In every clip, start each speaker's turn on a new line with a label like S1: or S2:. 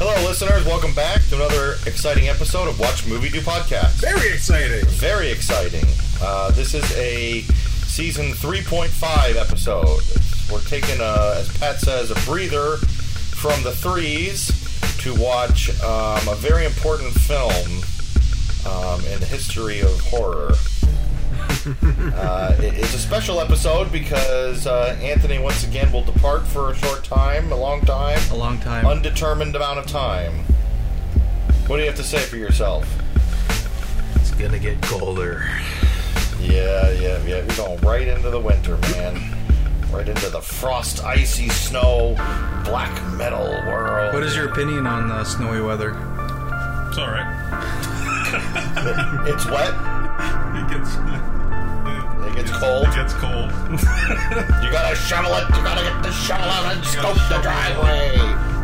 S1: Hello, listeners. Welcome back to another exciting episode of Watch Movie Do Podcast.
S2: Very exciting.
S1: Very exciting. Uh, this is a season 3.5 episode. We're taking, a, as Pat says, a breather from the threes to watch um, a very important film um, in the history of horror. Uh, it- it's a special episode because uh, Anthony once again will depart for a short time, a long time,
S3: a long time.
S1: undetermined amount of time. What do you have to say for yourself?
S3: it's gonna get colder.
S1: Yeah, yeah, yeah. We're going right into the winter, man. Right into the frost, icy snow, black metal world.
S3: What is your opinion on uh, snowy weather?
S4: It's all right.
S1: It's wet.
S4: It gets it,
S1: It gets cold.
S4: It gets cold.
S1: You gotta shovel it. You gotta get the shovel out and scope the driveway.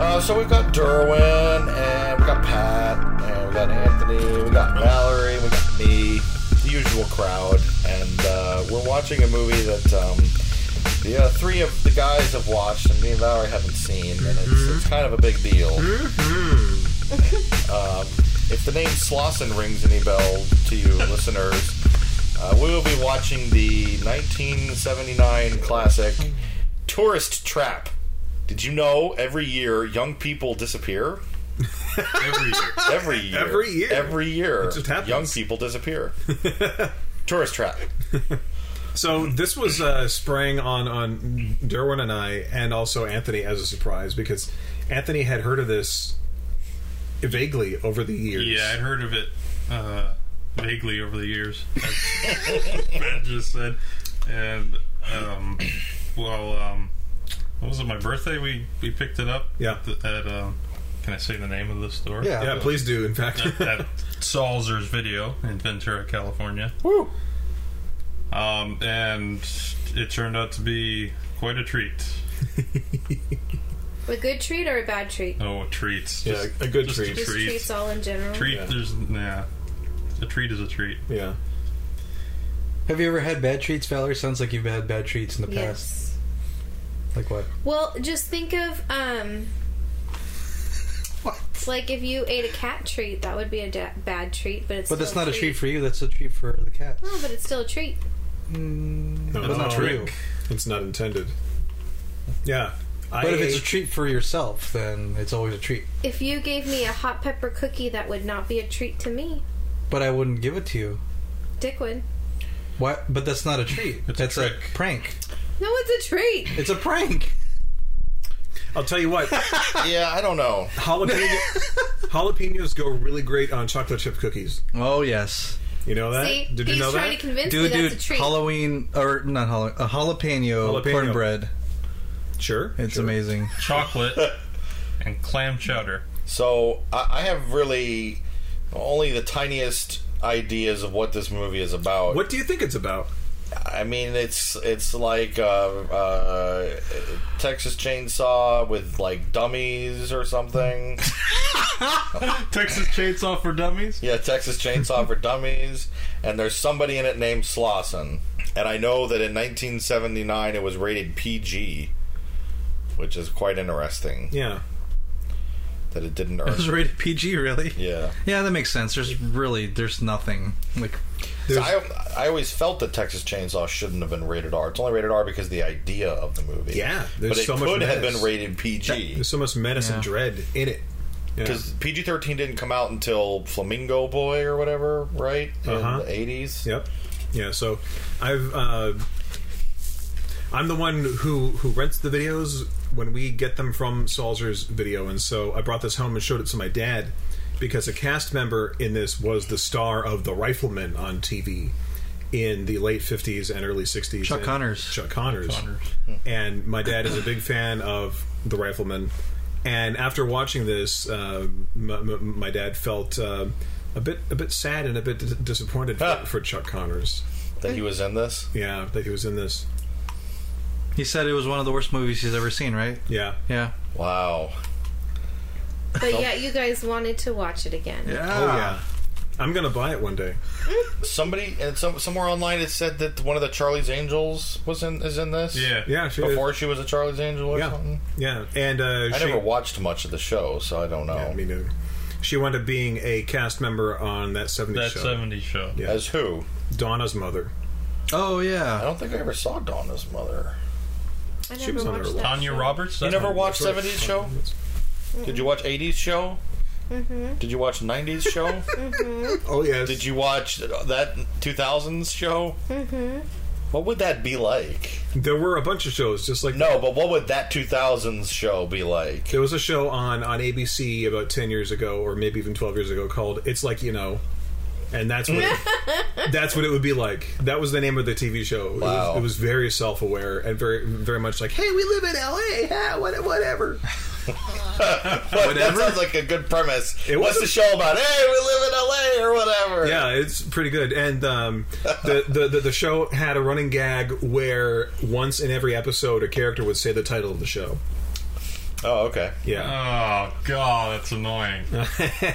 S1: Uh, so we've got Derwin, and we got Pat, and we got Anthony, we got Valerie, we got me, the usual crowd, and uh, we're watching a movie that um, the uh, three of the guys have watched, and me and Valerie haven't seen, and it's, it's kind of a big deal. um, if the name Slauson rings any bell to you, listeners. Uh, we will be watching the 1979 classic Tourist Trap. Did you know every year young people disappear?
S4: Every year.
S1: Every year.
S2: Every year.
S1: Every year.
S2: just happens.
S1: Young people disappear. Tourist Trap.
S2: So this was uh, sprang on on Derwin and I, and also Anthony as a surprise because Anthony had heard of this vaguely over the years.
S4: Yeah, I'd heard of it uh, vaguely over the years. Matt just said, and um, well, um, what was it? My birthday. We we picked it up.
S2: Yeah.
S4: At, at um, can I say the name of the store?
S2: yeah. Please do. In fact,
S4: At, at Salzer's Video in Ventura, California.
S2: Woo.
S4: Um, and it turned out to be quite a treat.
S5: A good treat or a bad treat?
S4: Oh, treats.
S2: yeah, a good
S4: just-
S2: treat.
S5: Just
S4: Treats.
S5: treats, all in general.
S4: Treat,
S2: Yeah.
S4: there's, nah. A treat is a treat.
S2: Yeah.
S3: Have you ever had bad treats, Valerie? Sounds like you've had bad treats in the past.
S5: Yes.
S3: Like what?
S5: Well, just think of um. Like if you ate a cat treat, that would be a da- bad treat, but it's
S3: But that's
S5: still
S3: not a treat for you. That's a treat for the cat.
S5: No, but it's still a treat. Mm.
S2: No,
S3: But not for you.
S2: It's not intended. Yeah. I
S3: But if it's a
S2: ate-
S3: treat for yourself, then it's always a treat.
S5: If you gave me a hot pepper cookie, that would not be a treat to me.
S3: But I wouldn't give it to you.
S5: Dick would.
S3: Why? But that's not a treat.
S4: It's a
S3: that's
S4: trick.
S3: prank.
S5: No, it's a treat.
S3: It's a prank.
S2: I'll tell you what,
S1: Yeah, I don't know.
S2: jalapeno, jalapenos go really great on chocolate chip cookies.
S3: Oh yes,
S2: You know that?
S5: See,
S2: Did
S5: he's
S2: you know
S5: trying
S2: that?
S5: to convince me
S3: dude,
S5: that's
S3: dude.
S5: a treat.
S3: Halloween or not Halloween? A jalapeno,
S2: Jalapeno.
S3: cornbread.
S2: sure.
S3: It's
S2: sure.
S3: amazing.
S4: chocolate and clam chowder.
S1: So I, I have really only the tiniest ideas of what this movie is about.
S2: What do you think it's about?
S1: I mean, it's it's like uh, uh, Texas Chainsaw with like dummies or something.
S4: Texas Chainsaw for Dummies.
S1: Yeah, Texas Chainsaw for Dummies, and there's somebody in it named Slauson. And I know that in 1979 it was rated PG, which is quite interesting
S2: Yeah.
S1: that it didn't
S3: It was
S1: earn.
S3: rated PG, really.
S1: Yeah,
S3: Yeah, that makes sense. There's really there's nothing like
S1: So
S2: There's-
S1: I I always felt that Texas Chainsaw shouldn't have been rated R. It's only rated R because the idea of the movie.
S2: Yeah, there's
S1: but it
S2: so much
S1: could have
S2: menace.
S1: been rated PG.
S2: There's so much menace and
S3: Yeah.
S2: dread in it. Yeah.
S1: Because PG thirteen didn't come out until Flamingo Boy or whatever, right? In
S2: Uh-huh.
S1: the eighties.
S2: Yep. Yeah. So I've uh, I'm the one who who rents the videos when we get them from Salzer's video, and so I brought this home and showed it to my dad because a cast member in this was the star of The Rifleman on TV in the late 50s and early 60s.
S3: Chuck
S2: And-
S3: Connors.
S2: Chuck Connors.
S4: Connors.
S2: And my dad is a big fan of The Rifleman. And after watching this, uh, m- m- my dad felt uh, a bit a bit sad and a bit dis- disappointed for, for Chuck Connors.
S1: that he was in this.
S2: Yeah, that he was in this.
S3: He said it was one of the worst movies he's ever seen, right?
S2: Yeah,
S3: Yeah.
S1: Wow.
S5: But yet you guys wanted to watch it again.
S2: Oh
S1: Ah.
S2: yeah. I'm gonna buy it one day.
S1: Somebody and some somewhere online it said that one of the Charlie's Angels was in is in this.
S4: Yeah.
S2: Yeah, she
S1: Before she was a Charlie's Angel or
S2: Yeah.
S1: something.
S2: Yeah, and uh,
S1: I
S2: she,
S1: never watched much of the show, so I don't know.
S2: Yeah, me neither. She wound up being a cast member on that '70s
S4: That
S2: show.
S4: 70s show.
S2: Yeah.
S1: As who?
S2: Donna's mother.
S3: Oh
S1: I
S3: yeah.
S1: don't think I ever saw Donna's mother.
S5: I never
S2: She was on
S5: watched
S2: her
S5: that.
S4: Tanya
S5: show.
S4: Roberts?
S1: You
S4: That-
S1: never watched
S2: Sort of
S1: 70s
S2: fun.
S1: show? Did you watch 80s show? Mm-hmm. Did you watch 90s show?
S2: Oh yes.
S1: Did you watch that 2000s show? Mm-hmm. What would that be like?
S2: There were a bunch of shows just like
S1: No, but what would that 2000s show be like?
S2: There was a show on on ABC about ten years ago, or maybe even twelve years ago, called "It's Like You Know," and that's what it, that's what it would be like. That was the name of the TV show. It was-
S1: Wow.
S2: It, was, very self aware and very very much like, "Hey, we live in LA, yeah, what- whatever."
S1: that sounds like a good premise.
S2: It
S1: What's
S2: was-
S1: the show about? Hey, we live in LA or whatever.
S2: Yeah, it's pretty good. And um, the, the, the the show had a running gag where once in every episode, a character would say the title of the show.
S1: Oh, okay.
S2: Yeah.
S4: Oh, God, that's annoying.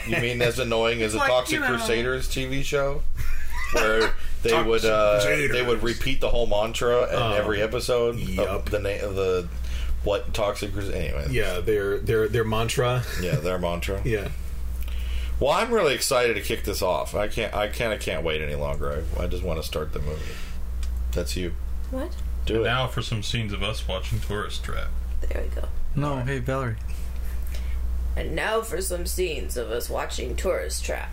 S1: You mean as annoying as a
S4: Like,
S1: Toxic
S4: you know.
S1: Crusaders TV show, where they would uh,
S2: Crusaders. Oh.
S1: they would repeat the whole mantra in every episode
S2: yup.
S1: of the name of the what Toxic Crusaders. Anyway,
S2: Yeah, their their their mantra.
S1: yeah, their mantra.
S2: Yeah.
S1: Well, I'm really excited to kick this off. I can't. I kind of can't wait any longer. I, I just want to start the movie. That's you.
S5: What?
S1: Do it.
S4: Now for some scenes of us watching Tourist Trap.
S5: There we go.
S3: No, hey Valerie.
S5: And now for some scenes of us watching Tourist Trap.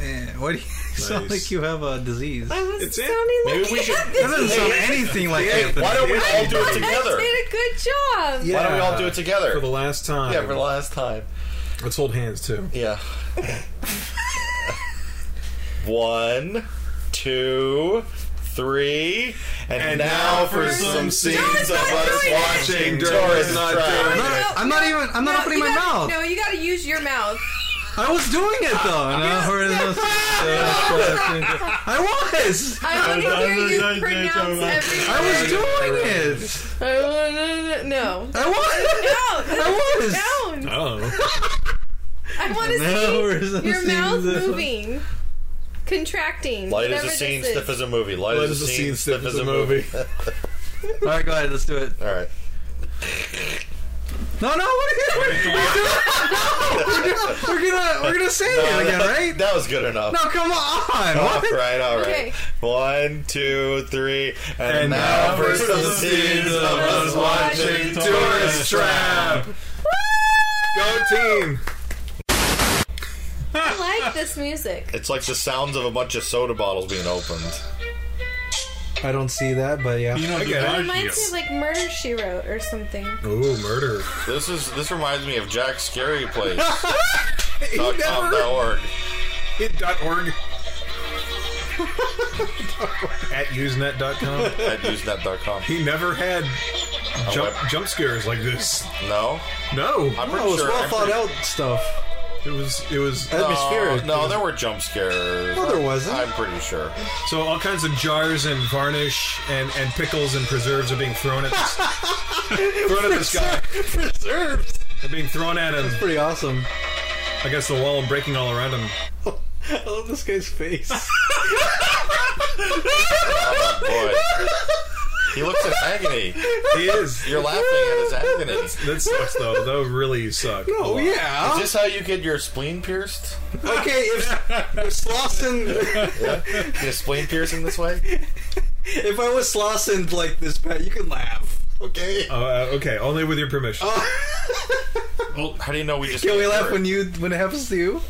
S3: Eh, what do you sound
S2: Nice.
S3: like? You have a disease.
S5: I
S3: That
S5: was
S2: It's it.
S5: sounding like
S1: Maybe we should.
S3: doesn't sound anything like
S1: Hey,
S3: Anthony.
S1: why don't we all do it
S5: You guys
S1: together?
S5: did a good job.
S2: Yeah.
S1: Why don't we all do it together?
S2: For the last time.
S1: yeah, for the last time.
S2: Let's hold hands too.
S1: Yeah. One, two, three, and, now for some scenes of us watching Tourist Trap.
S5: No,
S3: I'm not even. I'm not
S5: no,
S3: opening
S5: you
S3: my
S5: gotta-
S3: mouth.
S5: No, you gotta use your mouth.
S3: I was doing it though. No, we're not- I was.
S5: I want to
S4: I
S5: hear
S4: was
S5: you
S4: like,
S5: pronounce
S4: "Jacob, I-
S5: every
S3: I was
S5: word.
S3: doing it.
S5: I wanna- No.
S3: I was. I
S5: No. No.
S2: Oh.
S5: I want to
S3: Now we're some
S5: see your
S3: scenes
S5: mouth
S3: of-
S5: moving, contracting.
S1: Light is
S5: whatever
S1: a
S5: this
S1: scene,
S5: is.
S1: stiff as a movie. Light, is a scene, stiff as a movie.
S3: All right, go ahead. Let's do it.
S1: All right.
S3: No, no. What are you doing? We're gonna. We're gonna say it again, right?
S1: That was good enough.
S3: No, come on.
S1: All
S3: What?
S1: right, all right.
S5: Okay.
S1: One, two, three, and, now for some scenes of us watching Tourist Trap.
S2: Go team!
S5: I like this music.
S1: It's like the sounds of a bunch of soda bottles being opened.
S3: I don't see that, but yeah.
S4: You know,
S2: Okay.
S5: It
S4: DiMaggio.
S5: reminds me of like Murder She Wrote or something.
S2: Ooh, murder.
S1: This is this reminds me of Jack's Scary Place. .com.org.
S2: It.org. At usenet.com.
S1: At usenet.com.
S2: He never had jump, jump scares like this.
S1: No,
S2: No.
S1: I'm pretty
S3: No, it's
S1: sure.
S3: well
S1: I'm
S3: thought
S1: pretty-
S3: out stuff.
S2: It was, it was,
S3: Atmospheric.
S1: Uh, No, there were jump scares.
S3: No, there wasn't.
S1: I'm pretty sure.
S2: so all kinds of jars and varnish and, and pickles and preserves are being thrown at this, thrown at this guy.
S3: Preserves.
S2: They're being thrown at him
S3: Pretty awesome.
S2: against the wall and breaking all around him.
S3: I love this guy's face.
S1: Oh boy, he looks in agony.
S2: He is.
S1: You're laughing at his agony. Is
S2: That sucks though. That would really suck.
S3: Oh yeah.
S1: this how you get your spleen pierced?
S3: okay, if, if Slauson,
S1: You get a spleen piercing this way?
S3: if I was Slauson like this, Pat, you can laugh. Okay.
S2: Uh, okay, only with your permission.
S3: Uh,
S1: How do you know we just?
S3: Can we
S1: made
S3: laugh
S1: her?
S3: when you when it happens to you?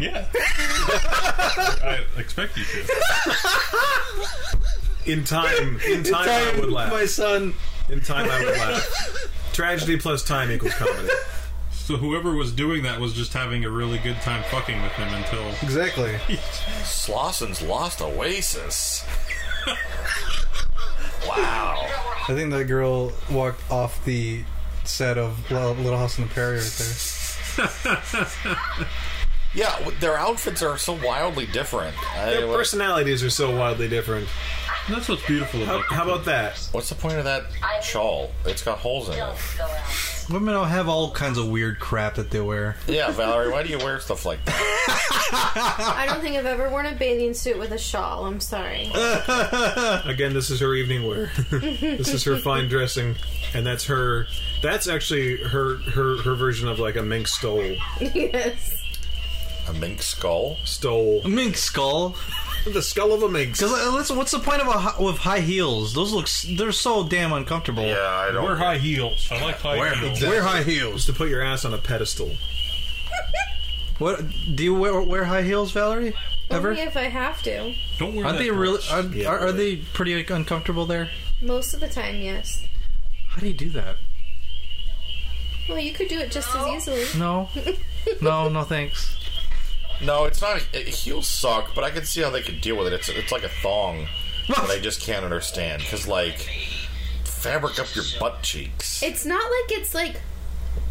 S4: Yeah. I expect you to.
S2: In time, in time, I would laugh.
S3: my son.
S2: In time, I would laugh. Tragedy plus time equals comedy.
S4: So whoever was doing that was just having a really good time fucking with him until
S3: Exactly.
S1: Slosson's lost oasis. wow.
S3: I think that girl walked off the set of Lo- Little House on the Prairie right there.
S1: Yeah, w- their outfits are so wildly different. I-
S2: Their
S1: what-
S2: personalities are so wildly different.
S4: And that's what's beautiful
S2: How,
S4: about
S2: how about that?
S1: what's the point of that shawl? It's got holes in it.
S3: Women all have all kinds of weird crap that they wear.
S1: Yeah, Valerie, why do you wear stuff like that?
S5: I don't think I've ever worn a bathing suit with a shawl. I'm sorry.
S2: Again, this is her evening wear. this is her fine dressing, and that's her. That's actually her her her version of like a mink stole
S5: yes.
S1: A mink skull?
S2: stole
S3: Mink skull.
S2: the skull of a mink.
S3: Because uh, let's, what's the point of a hi- with high heels? Those look s- they're so damn uncomfortable.
S1: I
S4: Wear high heels. I like high heels.
S3: Wear high heels.
S2: Just to put your ass on a pedestal.
S3: What do you wear? Wear high heels, Valerie? Ever?
S5: Only if I have to.
S4: Don't wear
S3: Aren't
S4: that
S3: they
S4: dress.
S3: really? Are,
S2: Yeah,
S3: are, are
S2: really.
S3: they pretty like, uncomfortable there?
S5: Most of the time, yes.
S3: How do you do that?
S5: Well, you could do it just as easily.
S3: No, no, no, thanks.
S1: No, it's not. It, heels suck, but I can see how they could deal with it. It's it's like a thong that I just can't understand. Because, like, fabric up your butt cheeks.
S5: It's not like it's like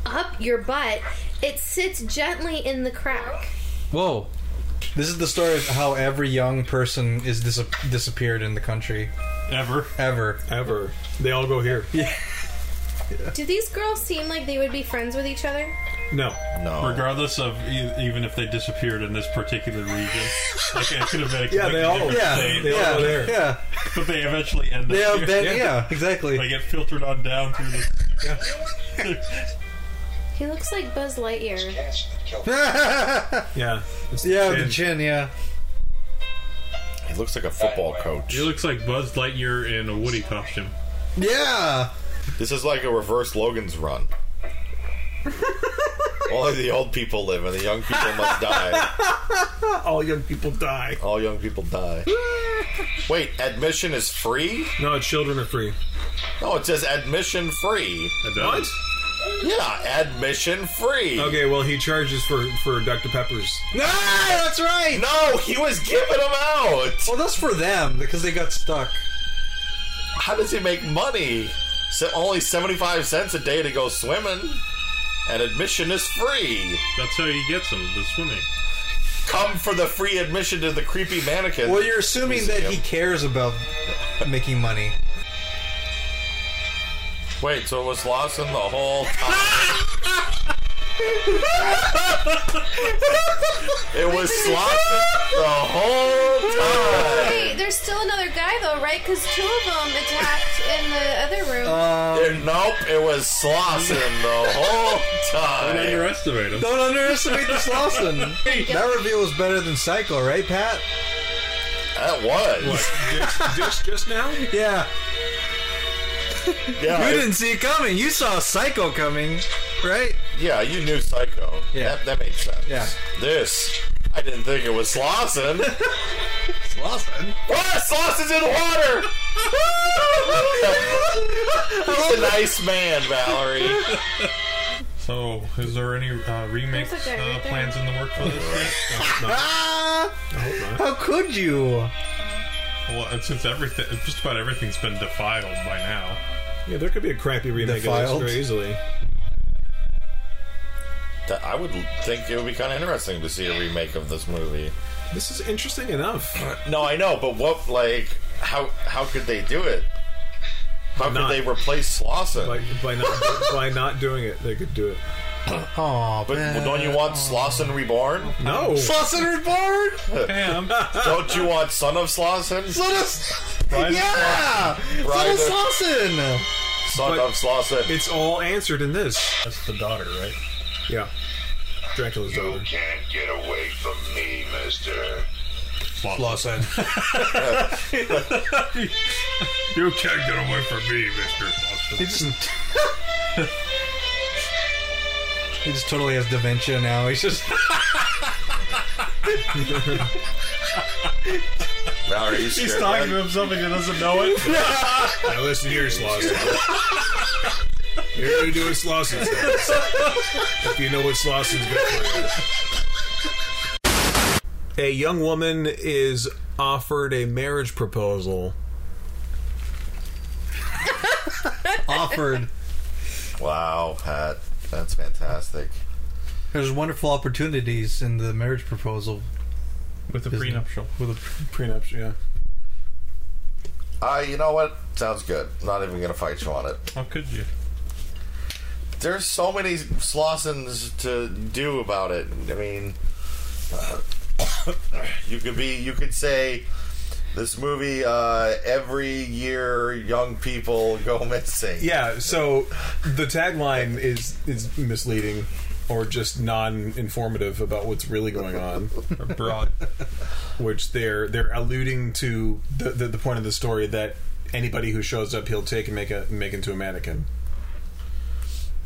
S5: up your butt. It sits gently in the crack.
S3: Whoa. This is the story of how every young person is dis- disappeared in the country
S4: ever.
S3: ever.
S2: Ever. They all go here.
S5: Do these girls seem like they would be friends with each other?
S2: No.
S1: no.
S4: Regardless of e- even if they disappeared in this particular region, like it could have been a
S2: Yeah,
S4: completely
S2: they all-
S4: different
S2: yeah,
S4: state,
S2: they all
S3: yeah,
S2: go there.
S3: yeah,
S4: but they eventually end
S3: yeah,
S4: up. here.
S3: that- yeah, exactly.
S4: They get filtered on down through the.
S5: He looks like Buzz Lightyear.
S2: Yeah. It's
S3: yeah,
S2: chin.
S3: the chin. Yeah,
S1: He looks like a football coach.
S4: He looks like Buzz Lightyear in a Woody costume.
S3: yeah.
S1: This is like a reverse Logan's run. Only the old people live, and the young people must die.
S2: All young people die.
S1: All young people die. Wait, admission is free?
S2: No, children are free.
S1: No, it says admission free.
S4: It does.
S1: Yeah, admission free.
S2: Okay, well he charges for for Dr. Peppers.
S3: Ah, that's right.
S1: No, he was giving them out.
S3: Well, that's for them because they got stuck.
S1: How does he make money? So only seventy-five cents a day to go swimming, and admission is free.
S4: That's how you get some the swimming.
S1: Come for the free admission to the creepy mannequin.
S3: Well, you're assuming that he cares about making money.
S1: Wait, so it was Lawson the whole time. it was Lawson the whole time.
S5: Wait, there's still another guy though, right? Because two of them attacked in the other room.
S1: It- nope, it was Slauson the whole
S4: Don't
S1: time.
S4: underestimate him.
S3: Don't underestimate this Lawson. that reveal was better than Psycho, right, Pat?
S1: That was.
S2: just, just just now?
S3: Yeah.
S1: Yeah,
S3: You
S1: it-
S3: didn't see it coming. You saw Psycho coming, right?
S1: yeah, you knew Psycho.
S3: Yeah.
S1: That, that made sense.
S3: Yeah.
S1: This, I didn't think it was Slauson.
S3: Lawson.
S1: what? Slauson's in the water! He's a nice man, Valerie.
S4: So, is there any uh, remix
S5: There's a guy
S4: uh,
S5: right there.
S4: plans in the work for this yet? No.
S3: Ah! How could you?
S4: Well, and since everything, just about everything's been defiled by now.
S2: Yeah, there could be a crappy remake of
S3: Defiled.
S2: this very easily.
S1: That- I would think it would be kind of interesting to see a remake of this movie.
S2: This is interesting enough.
S1: No, I know, but what, like, how how could they do it? How
S2: Not-
S1: could they replace Slauson?
S2: By, by not by not doing it, they could do it.
S3: Oh,
S1: but well, don't you want Slauson reborn?
S2: No.
S3: Slauson reborn?
S4: Pam,
S1: Don't you want Son of Slauson?
S3: Son of...
S4: Ride
S3: yeah! Son of
S1: Ride the-
S3: Slauson!
S1: Son
S2: But-
S1: of Slauson.
S2: It's all answered in this.
S4: that's the daughter, right?
S2: Yeah. Dracula's
S6: You
S2: daughter.
S6: can't get away from me, mister.
S3: Slauson.
S4: You can't get away from me, Mister Boston.
S3: He just... he just totally has dementia now. He's just...
S1: Valerie, you scared of that?
S4: himself and he doesn't know it.
S2: Now listen here, Slauson. You're gonna do what Slauson says. If you know what Slauson's good for you. A young woman is offered a marriage proposal.
S3: offered.
S1: Wow, Pat, that's fantastic.
S3: There's wonderful opportunities in the marriage proposal.
S4: with the
S3: Isn't it?
S4: prenuptial.
S3: With a prenup, yeah.
S1: I, Uh, you know what? Sounds good. Not even gonna fight you on it.
S4: How could you?
S1: There's so many slossons to do about it. I mean, uh, you could be, you could say. This movie, uh, every year young people go missing.
S2: Yeah, so the tagline is is misleading or just non-informative about what's really going on,
S4: Abroad.
S2: which they're they're alluding to the, the, the point of the story that anybody who shows up he'll take and make a make into a mannequin.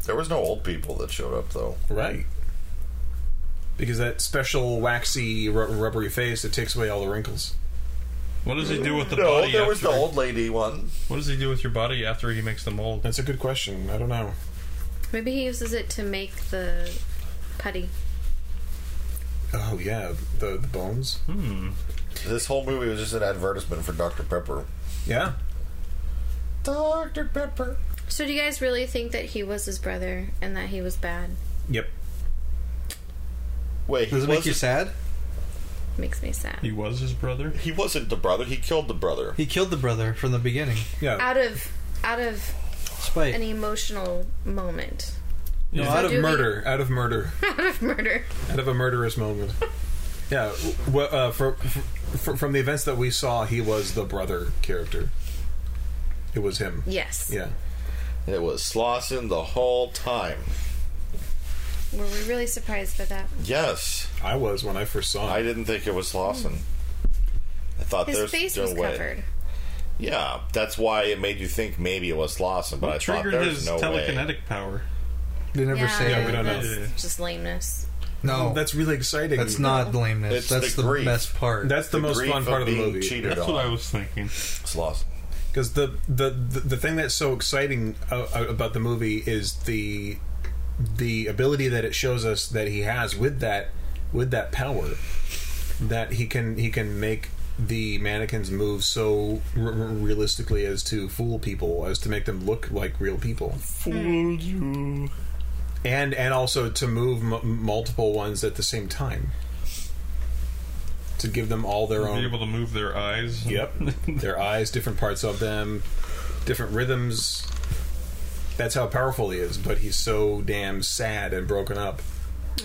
S1: There was no old people that showed up though.
S2: Right. Because that special waxy ru- rubbery face it takes away all the wrinkles.
S4: what does he do with the
S1: no,
S4: body?
S1: there
S4: after,
S1: was the old lady one.
S4: What does he do with your body after he makes the mold?
S2: That's a good question. I don't know.
S5: Maybe he uses it to make the putty.
S2: Oh yeah, the the bones.
S1: This whole movie was just an advertisement for Dr. Pepper.
S2: Yeah.
S1: Dr. Pepper.
S5: So, do you guys really think that he was his brother and that he was bad?
S2: Yep.
S1: Wait, he
S3: Does it make you
S1: wasn't,
S3: sad?
S5: Makes me sad.
S4: He was his brother.
S1: he wasn't the brother. He killed the brother.
S3: He killed the brother from the beginning.
S2: Yeah.
S5: Out of out of
S3: Spite.
S5: an emotional moment,
S3: no,
S4: So
S3: out
S5: do
S3: of
S5: we-
S2: Murder. Out of murder.
S5: out of murder.
S2: out of a murderous moment. Yeah, w- well, uh, for, for, from the events that we saw, he was the brother character. It was him.
S5: Yes.
S2: Yeah,
S1: It was Slauson the whole time.
S5: Were we really surprised by that?
S1: Yes.
S2: I was when I first saw
S1: I
S2: him.
S1: didn't think it was Slauson. I thought
S5: His
S1: there's
S5: face
S1: no
S5: was
S1: way.
S5: covered.
S1: Yeah, that's why it made you think maybe it was Slauson, but I thought
S4: Triggered
S1: there's
S4: his
S1: no
S4: telekinetic
S1: way.
S4: power.
S3: They never
S5: yeah,
S3: say.
S2: Yeah, we don't know.
S5: that's Just lameness.
S3: No, that's
S2: Oh, That's really exciting.
S3: that's not lameness.
S1: It's
S3: that's
S1: the
S3: the,
S1: grief.
S3: best part.
S2: That's the, most
S1: grief
S2: fun part of the
S1: being
S2: movie
S1: Cheated
S4: That's
S1: on.
S4: what I was thinking.
S1: Slauson.
S2: because the, the the the thing that's so exciting uh, uh, about the movie is the the ability that it shows us that he has with that with that power that he can he can make the mannequins move so r- r- realistically as to fool people as to make them look like real people
S4: Fooled you.
S2: and and also to move m- multiple ones at the same time to give them all their
S4: Be
S2: own
S4: able to move their eyes.
S2: Yep. Their eyes, different parts of them, different rhythms. That's how powerful he is, but he's so damn sad and broken up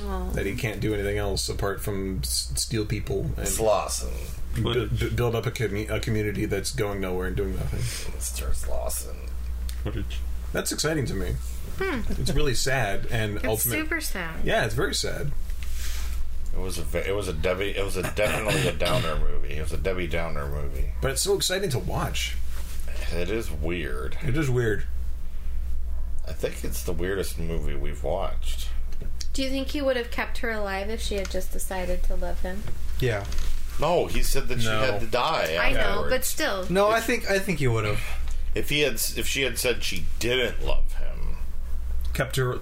S5: Oh.
S2: that he can't do anything else apart from s- steal people and
S1: Slauson.
S2: b- b- build up a, commu a community that's going nowhere and doing nothing.
S1: Mr. Slauson.
S4: Footage.
S2: That's exciting to me. It's really sad and
S5: It's
S2: ultimate.
S5: Hmm. super sad.
S2: Yeah, it's very sad.
S1: It was a ve- it was a Debbie it was a definitely a downer movie. It was a Debbie Downer movie.
S2: But it's so exciting to watch.
S1: It is weird.
S2: It is weird.
S1: I think it's the weirdest movie we've watched.
S5: Do you think he would have kept her alive if she had just decided to love him?
S3: yeah.
S1: No, he said that she
S2: No.
S1: had to die.
S5: I know,
S1: afterwards.
S5: but still.
S3: No, I think I think you would have.
S1: if he had if she had said she didn't love him,
S2: Kept her.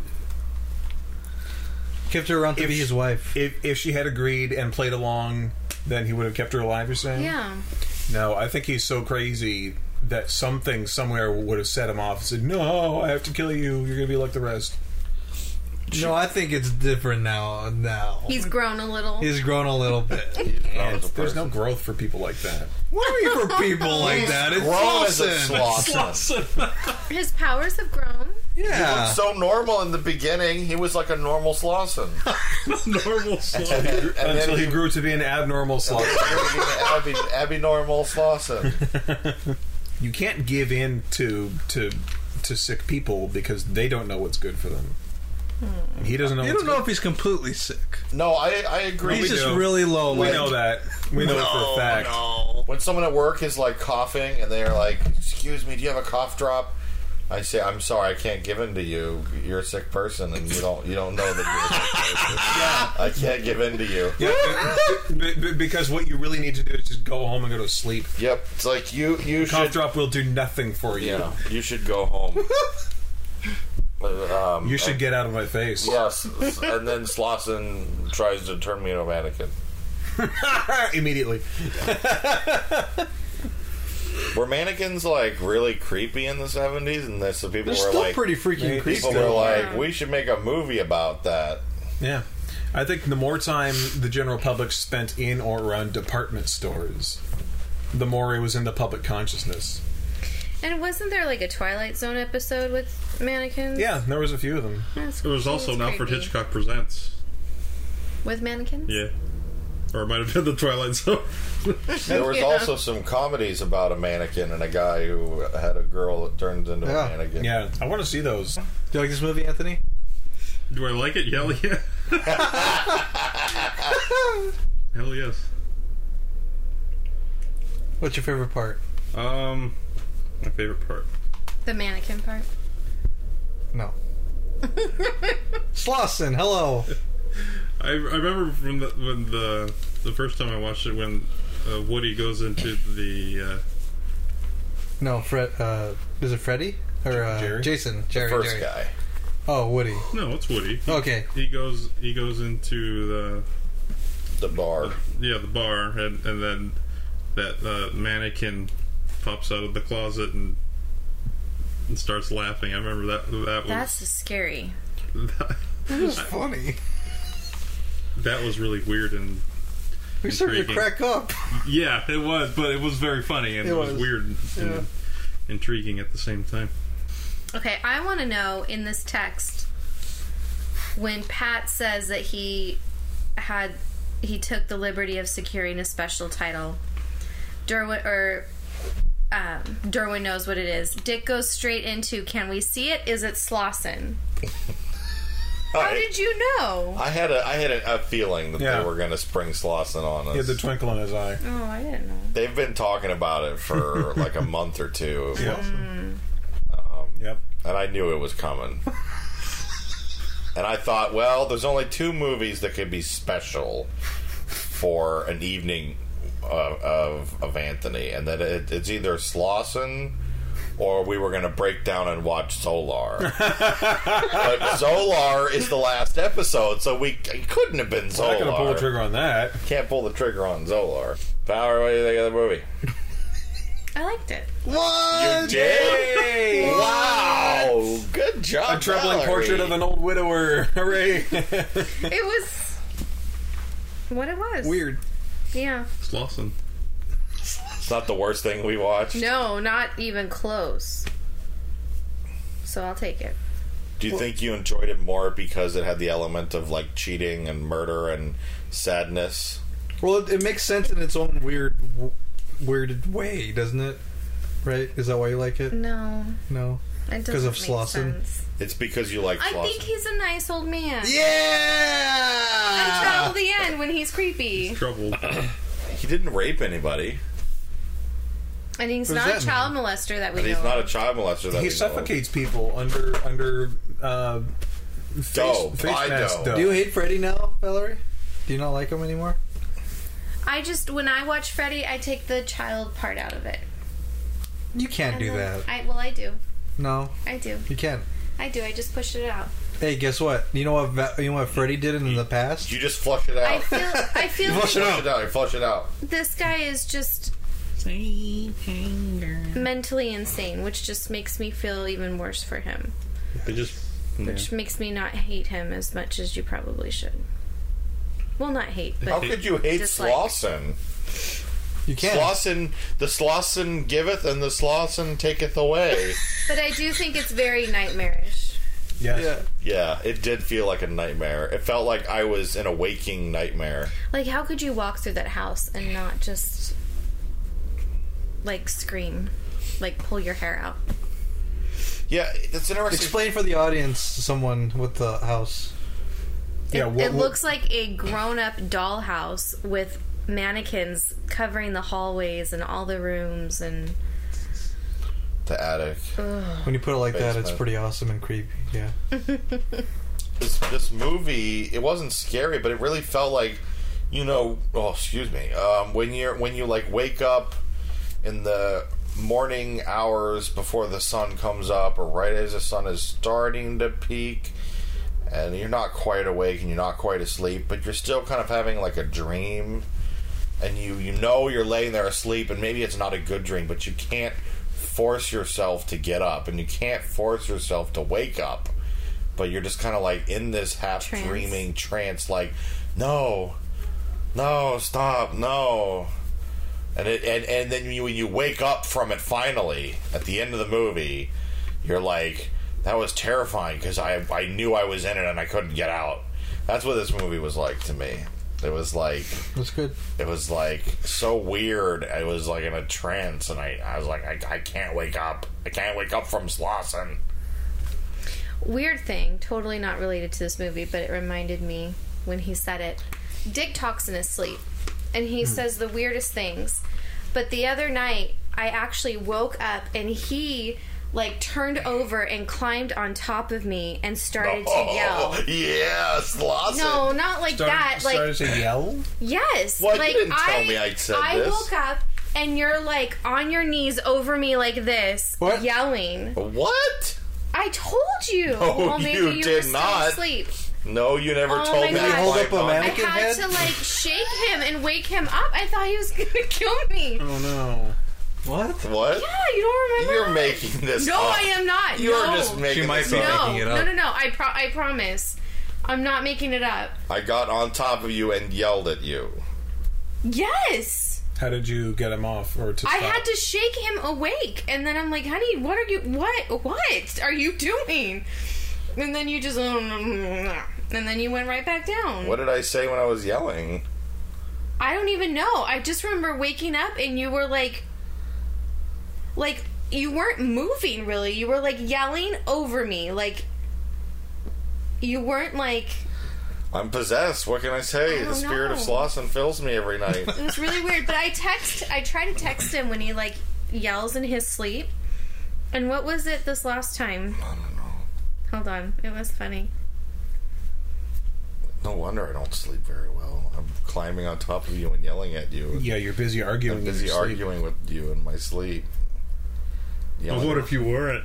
S3: Kept her around to
S2: If
S3: be
S2: sh-
S3: his wife.
S2: If, if she had agreed and played along, then he would have kept her alive, you're saying?
S5: Yeah.
S2: No, I think he's so crazy that something somewhere would have set him off and said, No, I have to kill you. You're going to be like the rest.
S3: No, I think it's different now. Now
S5: He's grown a little.
S3: he's grown a little bit.
S1: he's grown as a
S2: Oh, There's no
S1: person.
S2: growth for people like that.
S3: What are you for people like that? It's
S1: grown as a
S3: Lawson.
S1: Slauson.
S5: His powers have grown.
S3: Yeah.
S1: So normal in the beginning, he was like a normal Slauson.
S4: Normal slide.
S1: and
S2: Until
S1: then
S2: he
S1: he grew
S2: grew to be an abnormal sloth.
S1: Abby, Abby normal Slauson.
S2: you can't give in to, to, to sick people because they don't know what's good for them. And he doesn't know
S3: You
S2: what's
S3: don't know if he's completely sick.
S1: No, I I agree. with
S3: He's just
S1: you.
S2: do.
S3: really low.
S2: good. We
S3: like-
S2: know that. We know it for a fact.
S1: when someone at work is like coughing and they're like, "Excuse me, do you have a cough drop?" I say, "I'm sorry, I can't give in to you. You're a sick person, and you don't you don't know that you're a sick person. I can't give in to you."
S2: Yeah, b- b- because what you really need to do is just go home and go to sleep.
S1: Yep, it's like you you
S2: Cough
S1: should
S2: drop will do nothing for you.
S1: yeah you should go home. Uh, um,
S2: You should get out of my face.
S1: yes, and then Slauson tries to turn me into a mannequin.
S2: immediately.
S1: Were mannequins like really creepy in the seventies? And there's some people
S3: They're
S1: were
S3: still
S1: like,
S3: pretty freaking creepy.
S1: people were like, we should make a movie about that.
S2: Yeah. I think the more time the general public spent in or around department stores, the more it was in the public consciousness.
S5: And wasn't there like a Twilight Zone episode with mannequins?
S2: Yeah, there was a few of them.
S5: That's-
S4: There was
S5: that
S4: also
S5: was
S4: an Alfred
S5: creepy.
S4: Hitchcock Presents.
S5: with mannequins.
S4: Yeah. Or it might have been the Twilight Zone.
S1: There was
S5: Yeah.
S1: also some comedies about a mannequin and a guy who had a girl that turned into
S3: Yeah.
S1: a mannequin.
S2: Yeah, I want to see those.
S3: Do you like this movie, Anthony?
S4: Do I like it? Hell yeah. Hell yes.
S3: What's your favorite part?
S4: Um, my favorite part.
S5: The mannequin part.
S3: No. Slauson, hello.
S4: I, I remember from the, when the the first time I watched it when uh, Woody goes into the uh,
S3: No, Fred. Uh, is it Freddy or uh,
S2: Jerry?
S3: Jason? Jerry.
S1: First
S3: Jerry.
S1: guy.
S3: Oh, Woody.
S4: uh, no, it's Woody. He,
S3: Okay.
S4: he goes he goes into the
S1: The bar.
S4: yeah the bar and and then that uh, mannequin pops out of the closet and and starts laughing. I remember that that was
S5: That's scary.
S4: that,
S3: It's funny.
S4: was really weird and
S3: We started to
S4: Intriguing.
S3: crack up.
S4: yeah it was but it was very funny and
S3: It
S4: it, was,
S3: was.
S4: weird and,
S3: Yeah.
S4: intriguing at the same time.
S5: Okay, I want to know in this text when Pat says that he had he took the liberty of securing a special title. Derwin or um, Derwin knows what it is. Dick goes straight into can we see it? Is it Slauson? How
S1: I,
S5: did you know?
S1: I had a I had a, a feeling that
S2: Yeah.
S1: they were going to spring Slauson on us.
S2: He had the twinkle in his eye.
S5: Oh, I didn't know.
S1: They've been talking about it for like a month or two,
S2: Yeah. yep.
S1: and I knew it was coming. and I thought, well, there's only two movies that could be special for an evening of, of, of Anthony, and that it, it's either Slauson or we were going to break down and watch Solar. but Solar is the last episode, so we it couldn't have been
S2: I'm
S1: Solar.
S2: not going to pull the trigger on that.
S1: Can't pull the trigger on Zolar. Power, what do you think of the movie?
S5: I liked it.
S3: What?
S1: Jay! wow! Good job,
S2: A troubling
S1: Mallory.
S2: portrait of an old widower. Hooray.
S5: It was what it was.
S3: Weird.
S5: Yeah.
S4: It's Lawson.
S1: It's not the worst thing we watched.
S5: No, not even close. So I'll take it.
S1: Do you think you enjoyed it more because it had the element of like cheating and murder and sadness?
S3: Well, it, it makes sense in its own weird, w- weirded way, doesn't it? Right? Is that why you like it?
S5: No,
S3: No.
S5: it doesn't
S3: 'Cause of
S5: make
S3: Slauson?
S5: sense.
S1: It's because you like.
S5: I
S1: Slauson.
S5: think he's a nice old man.
S3: Yeah.
S5: Until the end when he's creepy
S4: Trouble.
S1: he didn't rape anybody,
S5: and he's
S3: What does
S5: not
S3: that
S5: a child molester that we
S1: and
S5: know.
S1: he's not a
S5: of.
S1: child molester. That we
S2: he
S1: know of.
S2: suffocates people under under uh, face,
S1: Dough.
S2: face
S1: Buy
S2: mask
S1: dough.
S2: dough.
S3: Do you hate Freddy now, Valerie? Do you not like him anymore?
S5: I just when I watch Freddy, I take the child part out of it.
S3: You can't do
S5: And then-
S3: that.
S5: I well, I do,
S3: No,
S5: I do,
S3: you can't.
S5: I do. I just push it out.
S3: Hey, guess what? You know what? Va- You know what Freddy did in the past?
S1: You just flush it out.
S5: I feel, I feel
S1: flush
S5: like
S1: Oh. it out. You flush it out.
S5: this guy is just mentally insane, which just makes me feel even worse for him,
S4: They just
S5: which makes me not hate him as much as you probably should. Well, not hate, but
S1: How could you hate
S5: Dislike.
S1: Slauson?
S3: You can't.
S1: Slauson, the Slauson giveth and the Slauson taketh away.
S5: But I do think it's very nightmarish.
S2: Yes.
S3: Yeah.
S1: Yeah, it did feel like a nightmare. It felt like I was in a waking nightmare.
S5: Like, how could you walk through that house and not just like scream, like pull your hair out?
S1: Yeah, that's interesting.
S3: Explain for the audience, someone with the house.
S2: Yeah,
S5: it,
S2: what-
S5: it
S2: what-
S5: looks like a grown-up dollhouse with mannequins covering the hallways and all the rooms and
S1: The attic.
S3: When you put it like that, it's
S1: Basement. pretty
S3: pretty awesome and creepy. Yeah.
S1: This this movie, it wasn't scary, but it really felt like, you know, oh excuse me, um, when you're when you like wake up in the morning hours before the sun comes up, or right as the sun is starting to peak, and you're not quite awake and you're not quite asleep, but you're still kind of having like a dream. and you you know you're laying there asleep, and maybe it's not a good dream, but you can't force yourself to get up, and you can't force yourself to wake up, but you're just kind of like in this half
S5: Trance.
S1: dreaming trance, like no, no, stop, no. And, it, and and then you, when you wake up from it finally at the end of the movie, you're like, that was terrifying because I I knew I was in it and I couldn't get out. That's what this movie was like to me. It was like
S3: That's good.
S1: it was like so weird. I was like in a trance and I, I was like I, I can't wake up. I can't wake up from Slauson.
S5: Weird thing, totally not related to this movie, but it reminded me when he said it. Dick talks in his sleep, and
S1: Hmm.
S5: he says the weirdest things. But the other night, I actually woke up and he like turned over and climbed on top of me and started to yell.
S1: Oh, yeah, Slauson.
S5: No, not like that. Like
S3: to yell.
S5: Yes.
S1: What? You
S5: Like
S1: didn't tell
S5: I,
S1: me I said
S5: I
S1: this.
S5: woke up and you're like on your knees over me like this,
S3: What?
S5: yelling.
S1: What?
S5: I told you.
S1: No,
S5: well, maybe
S1: you
S5: you, were
S1: did
S5: still
S1: not.
S5: asleep.
S1: No, you never
S5: Oh
S1: told
S5: my
S1: me.
S5: gosh.
S1: I
S5: Hold
S1: climbed
S3: up a
S1: on-
S5: I
S3: mannequin. Chicken
S5: had
S3: head?
S5: to like shake him and wake him up. I thought he was gonna kill me.
S3: Oh no! What?
S1: What?
S5: Yeah, you don't remember?
S1: You're making this.
S5: No,
S1: up.
S5: I am not.
S1: You're
S5: no.
S1: just making
S3: She might
S1: this
S3: be
S1: up.
S5: no.
S3: making it
S5: No,
S3: up.
S5: no, no. I pro- I promise. I'm not making it up.
S1: I got on top of you and yelled at you.
S5: Yes.
S2: How did you get him off or to
S5: I
S2: stop?
S5: had to shake him awake, and then I'm like, "Honey, what are you? What? What are you doing?" And then you just, and then you went right back down.
S1: What did I say when I was yelling?
S5: I don't even know. I just remember waking up, and you were like, like you weren't moving really. You were like yelling over me, like you weren't like.
S1: I'm possessed. What can I say?
S5: I
S1: the
S5: don't
S1: spirit of
S5: know.
S1: Slauson fills me every night.
S5: It was really weird. But I text. I try to text him when he like yells in his sleep. And what was it this last time?
S1: I don't know.
S5: Hold on, it was funny.
S1: No wonder I don't sleep very well. I'm climbing on top of you and yelling at you.
S2: Yeah, you're busy arguing.
S1: I'm
S2: in
S1: busy
S2: your sleep.
S1: arguing with you in my sleep. Yelling.
S4: what if you weren't?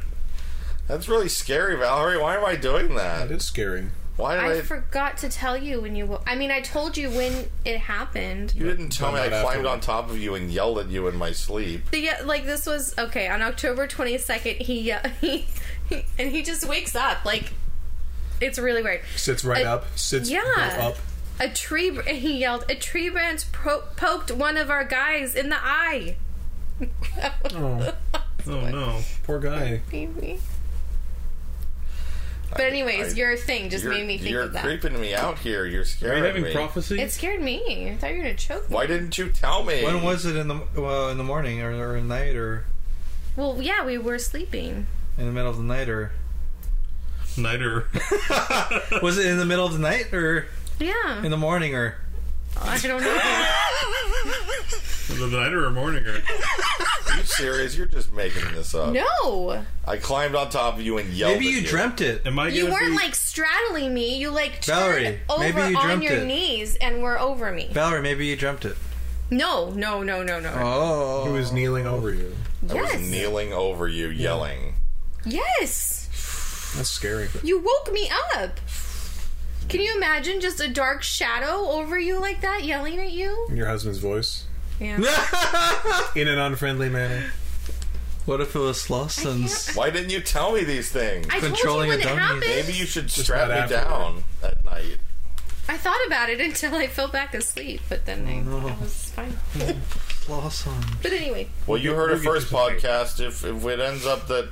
S1: That's really scary, Valerie. Why am I doing
S2: That
S1: that?
S2: is scary.
S1: Why did I?
S5: I forgot to tell you when you. Wo- I mean, I told you when it happened.
S1: you didn't tell me
S2: Done
S1: I
S2: that
S1: climbed
S2: afterward.
S1: on top of you and yelled at you in my sleep.
S5: The, yeah, like this was okay on October twenty second. He, uh, he, he and he just wakes up like it's really weird.
S2: Sits right
S5: I-
S2: up. Sits
S5: Yeah.
S2: both up.
S5: A tree. br- He yelled. A tree branch pro- poked one of our guys in the eye.
S2: Oh,
S4: Oh no.
S2: poor guy.
S5: Maybe. But anyways,
S1: I-
S5: your thing just
S1: You're,
S5: made me think
S1: you're
S5: of that.
S1: creeping me out here. You're
S4: Are
S1: scaring
S4: you having
S1: me.
S4: prophecy?
S5: It scared me. I thought you were gonna choke me.
S1: Why didn't you tell me?
S3: When was it in the well, in the morning or, or at night or
S5: Well, yeah, we were sleeping.
S3: in the middle of the night or
S4: Nighter.
S3: was it in the middle of the night or
S5: Yeah,
S3: in the morning or
S5: I don't know.
S4: the nighter or morning or
S1: Are you serious? You're just making this up.
S5: No,
S1: I climbed on top of you and yelled.
S3: maybe
S1: at
S3: you dreamt it?
S4: am I
S5: you
S4: gonna
S5: weren't
S4: be-
S5: like straddling me. You like
S3: Valerie,
S5: turned over
S3: maybe you
S5: on
S3: dreamt
S5: your
S3: it.
S5: knees and were over me.
S3: Valerie, maybe you dreamt it.
S5: No, no, no, no, no.
S3: Oh,
S2: Who is kneeling over you?
S1: I was
S5: yes,
S1: kneeling over you, yelling.
S5: yes.
S2: That's scary.
S5: You woke me up. Can you imagine just a dark shadow over you like that, yelling at you?
S2: In your husband's voice,
S5: Yeah.
S2: in an unfriendly manner.
S3: What if it was Slauson's?
S1: Why didn't you tell me these things?
S5: I told you
S3: Controlling
S5: when
S3: a
S5: it
S3: dummy.
S5: happened.
S1: Maybe you should strap
S2: not
S1: me
S2: after.
S1: down at night.
S5: I thought about it until I fell back asleep, but then I,
S3: Oh,
S5: I was fine.
S3: Slauson.
S5: But anyway,
S1: Well, you heard it
S2: we'll get
S1: first,
S2: you some break.
S1: podcast. If if it ends up that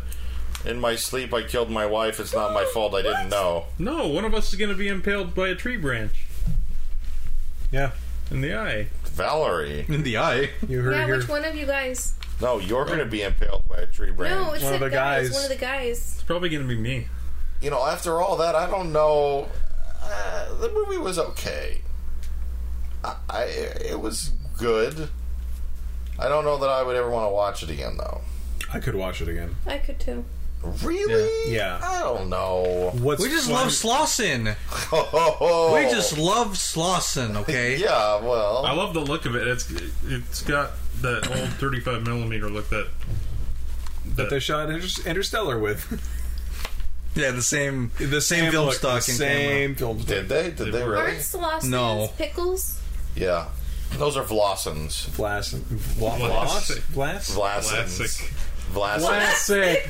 S1: in my sleep I killed my wife, it's not my fault. I didn't know.
S4: No, one of us is gonna be impaled by a tree branch
S2: Yeah,
S4: in the eye.
S1: Valerie,
S3: In the eye.
S2: you heard
S5: yeah.
S2: your
S5: Which one of you guys?
S1: no, you're going to be impaled by a tree branch.
S5: No, it's
S2: One of the
S5: guys.
S2: guys.
S5: One of the guys.
S4: It's probably gonna be me.
S1: you know, after all that, I don't know. Uh, the movie was okay. I, I it was good. I don't know that I would ever want to watch it again, though.
S2: I could watch it again.
S5: I could too.
S1: Really?
S2: Yeah.
S1: I don't know.
S2: What's
S3: We just
S2: fun-
S3: love Slauson. We just love Slauson. Okay.
S1: Oh. Yeah, well.
S4: I love the look of it. It's it's got that old thirty five millimeter look that
S2: that they shot Inter- Interstellar with
S3: Yeah, the same.
S2: the same
S3: film
S2: look,
S3: stock
S2: the
S3: and
S2: same film stock.
S1: Did they? Did they
S4: Did
S1: really?
S5: Aren't Sloss
S3: No.
S5: pickles?
S1: Yeah. Those are Vlassons.
S2: Vlas Vla-
S4: Vlas-
S2: Vlas Vlas
S1: Vlassons.
S4: Vlasic.
S1: Vlasic.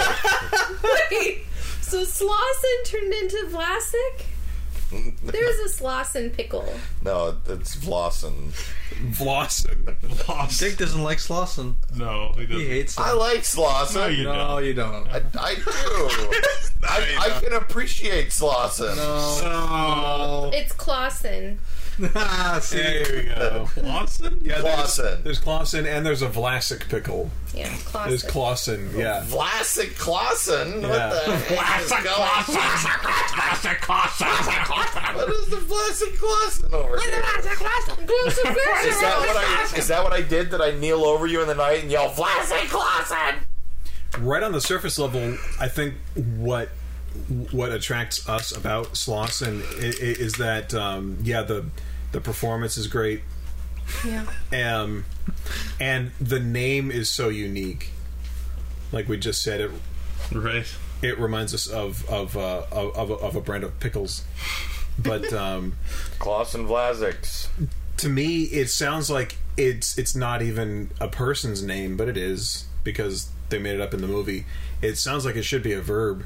S1: Vlasic.
S5: Wait, so Slauson turned into Vlasic? There's a Slauson pickle.
S1: No, it's Vlassen.
S2: Vlassen.
S4: Lost.
S3: Dick doesn't like Slauson.
S4: No, he doesn't.
S3: He hates
S1: I
S3: Slauson.
S1: like Slauson.
S4: No, you
S3: No, you don't.
S1: I, I do. I, I can appreciate Slauson.
S4: Oh,
S5: It's Clausen.
S3: ah, see,
S4: there we go. Lawson? Yeah.
S1: Clausen.
S2: There's Clausen and there's a Vlasic pickle.
S5: Yeah,
S2: There's
S5: Clausen.
S2: Clausen, yeah.
S1: Vlasic Clausen?
S2: Yeah.
S1: What the heck is going on? What is the Vlasic Clausen over here? Is that, what I, is that what I did? That I kneel over you in the night and yell, Vlasic Clausen?
S2: Right on the surface level, I think what what attracts us about Slauson i- i- is that um, yeah, the the performance is great.
S5: yeah.
S2: Um, and the name is so unique. Like we just said it
S4: Right.
S2: it reminds us of of uh, of, of, a, of a brand of pickles. But um,
S1: Clausen Vlasics.
S2: to me, it sounds like it's it's not even a person's name, but it is because they made it up in the movie. It sounds like it should be a verb.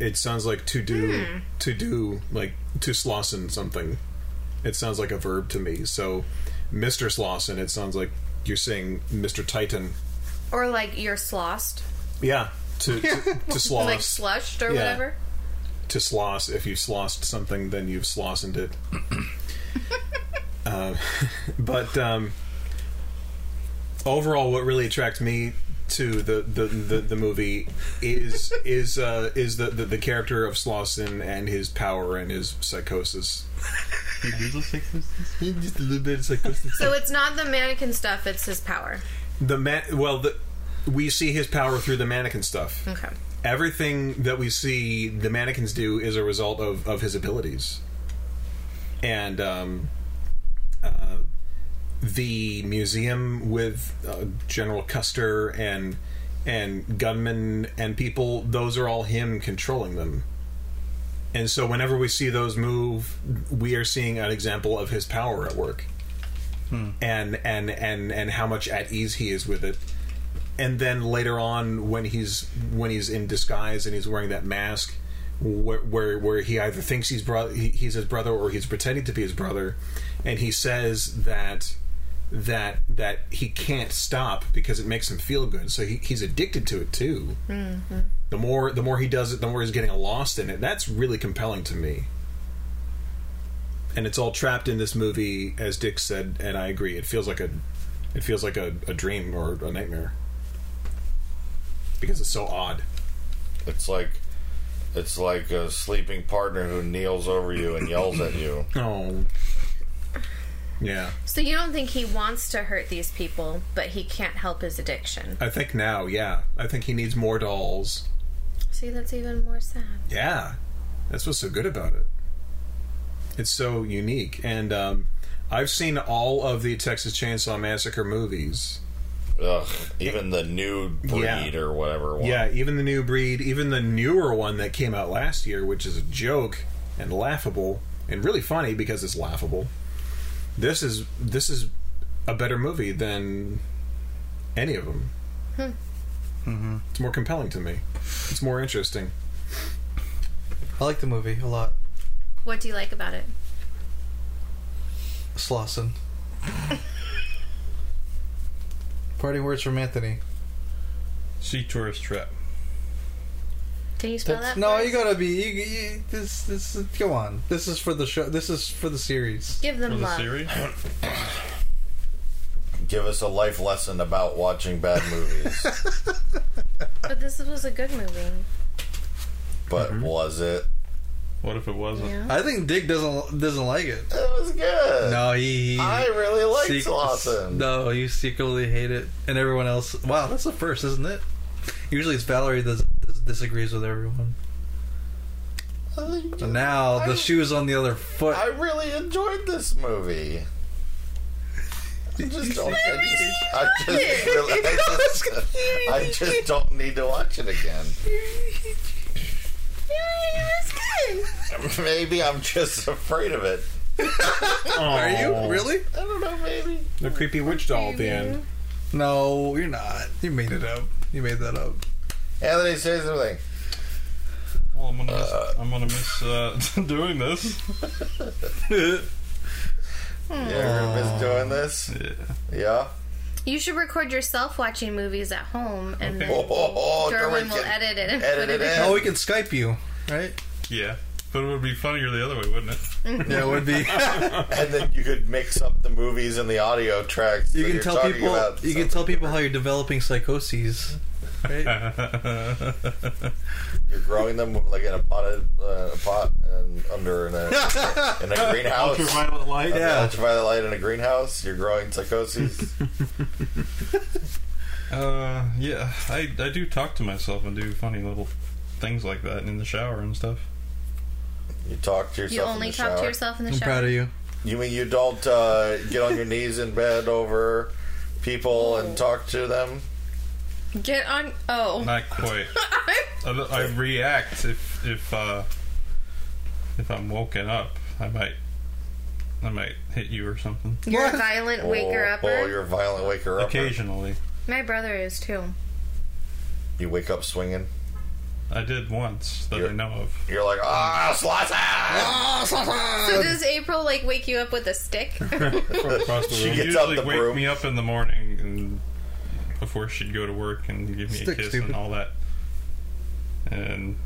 S2: It sounds like to do to do like to slauson something. It sounds like a verb to me. So, Mister Slauson, it sounds like you're saying Mister Titan.
S5: Or like you're slosed.
S2: Yeah, to to, to sloss.
S5: Like slushed or
S2: Yeah.
S5: whatever.
S2: to sloss. If you've slossed something, then you've slossed it. uh, but um, overall, what really attracts me to the, the, the, the movie is is uh, is the, the the character of Slauson and his power and his psychosis.
S3: just a little bit of psychosis.
S5: So it's not the mannequin stuff, it's his power.
S2: The man, well, the, we see his power through the mannequin stuff.
S5: Okay.
S2: everything that we see the mannequins do is a result of, of his abilities. And um, uh, the museum with uh, General Custer and and gunmen and people, those are all him controlling them. And so whenever we see those move, we are seeing an example of his power at work. And, and and and how much at ease he is with it and then later on when he's when he's in disguise and he's wearing that mask where where, where he either thinks he's bro- he, he's his brother or he's pretending to be his brother and he says that that that he can't stop because it makes him feel good so he, he's addicted to it too the more the more he does it the more he's getting lost in it that's really compelling to me and it's all trapped in this movie as dick said and i agree it feels like a it feels like a, a dream or a nightmare because it's so odd.
S1: It's like it's like a sleeping partner who kneels over you and yells at you.
S2: Oh. Yeah.
S5: So you don't think he wants to hurt these people, but he can't help his addiction.
S2: I think now, yeah. I think he needs more dolls.
S5: See, that's even more sad.
S2: Yeah. That's what's so good about it. It's so unique. And um, I've seen all of the Texas Chainsaw Massacre movies.
S1: Ugh, even the new breed
S2: Yeah.
S1: or whatever. One.
S2: Yeah, even the new breed, even the newer one that came out last year, which is a joke and laughable and really funny because it's laughable. This is this is a better movie than any of them. Mm-hmm. It's more compelling to me. It's more interesting.
S3: I like the movie a lot.
S5: What do you like about it?
S3: Slauson. Parting words from Anthony.
S4: Sea tourist trap.
S5: Can you spell that?
S3: no,
S5: for
S3: you
S5: us?
S3: gotta be. You, you, this, this, is- go on. This is for the show. This is for the series.
S5: Give
S4: For
S5: them
S4: the
S5: love.
S4: series?
S1: Give us a life lesson about watching bad movies.
S5: But this was a good movie.
S1: but
S2: Mm-hmm.
S1: was it?
S4: What if it wasn't?
S5: Yeah.
S3: I think Dick doesn't doesn't like it.
S1: It was good.
S3: No, he. he
S1: Uh, I really liked
S3: sec-
S1: Slauson.
S3: No, you secretly hate it, and everyone else. Wow, that's the first, isn't it? Usually, it's Valerie that dis- disagrees with everyone.
S1: I think-
S3: So now the
S1: I-
S3: shoe's on the other foot.
S1: I really enjoyed this movie. I just don't. I just, I just, really, I, just, I just don't need to watch it again. Maybe I'm just afraid of it.
S3: Are you really?
S1: I don't know, maybe.
S2: The creepy witch doll at the end.
S3: No, you're not. You made it up. You made that up.
S1: Anthony says something.
S4: Well, I'm gonna miss, I'm gonna miss uh, doing this.
S1: Yeah, we're gonna miss doing this.
S4: Yeah.
S1: Yeah.
S5: You should record yourself watching movies at home, and
S4: Okay.
S1: Oh, oh, oh,
S5: Derwin
S1: Derwin
S5: will
S1: can
S5: edit it and
S1: edit
S5: put it
S1: it
S5: in.
S1: in.
S3: Oh, we can Skype you, right?
S4: yeah, but it would be funnier the other way, wouldn't it?
S3: Yeah, it would be.
S1: and then you could mix up the movies and the audio tracks.
S3: You
S1: that
S3: can
S1: you're
S3: tell
S1: talking
S3: people.
S1: about.
S3: You can
S1: So
S3: tell people how you're developing psychoses. Right?
S1: you're growing them like in a potted uh, a pot and under in a, in a greenhouse.
S4: Ultraviolet light.
S1: Yeah.
S3: Yeah.
S1: Ultraviolet light in a greenhouse. You're growing psychoses.
S4: Uh, yeah. I I do talk to myself and do funny little things like that in the shower and stuff.
S1: you talk to
S5: You
S1: yourself. in
S5: only
S1: the
S5: talk
S1: shower.
S5: to yourself in the
S3: I'm
S5: shower.
S3: proud of you.
S1: You mean you don't uh, get on your knees in bed over people
S5: Oh.
S1: and talk to them?
S5: Get on. Oh,
S4: Not quite. I, I react if if uh, if I'm woken up. I might I might hit you or something.
S5: you're a violent waker
S1: oh, Oh,
S5: upper.
S1: you're a violent waker upper.
S4: Occasionally,
S5: My brother is too.
S1: You wake up swinging.
S4: I did once that
S1: You're-
S4: I know of.
S1: You're like, ah, Slasa!
S3: Ah,
S5: So does April like wake you up with a stick?
S2: Across the
S1: She
S2: room.
S4: She
S1: gets out
S4: usually
S1: the
S4: wake
S1: broom.
S4: me up in the morning and before she'd go to work and give me
S3: Stick,
S4: a kiss
S3: stupid.
S4: and all that. And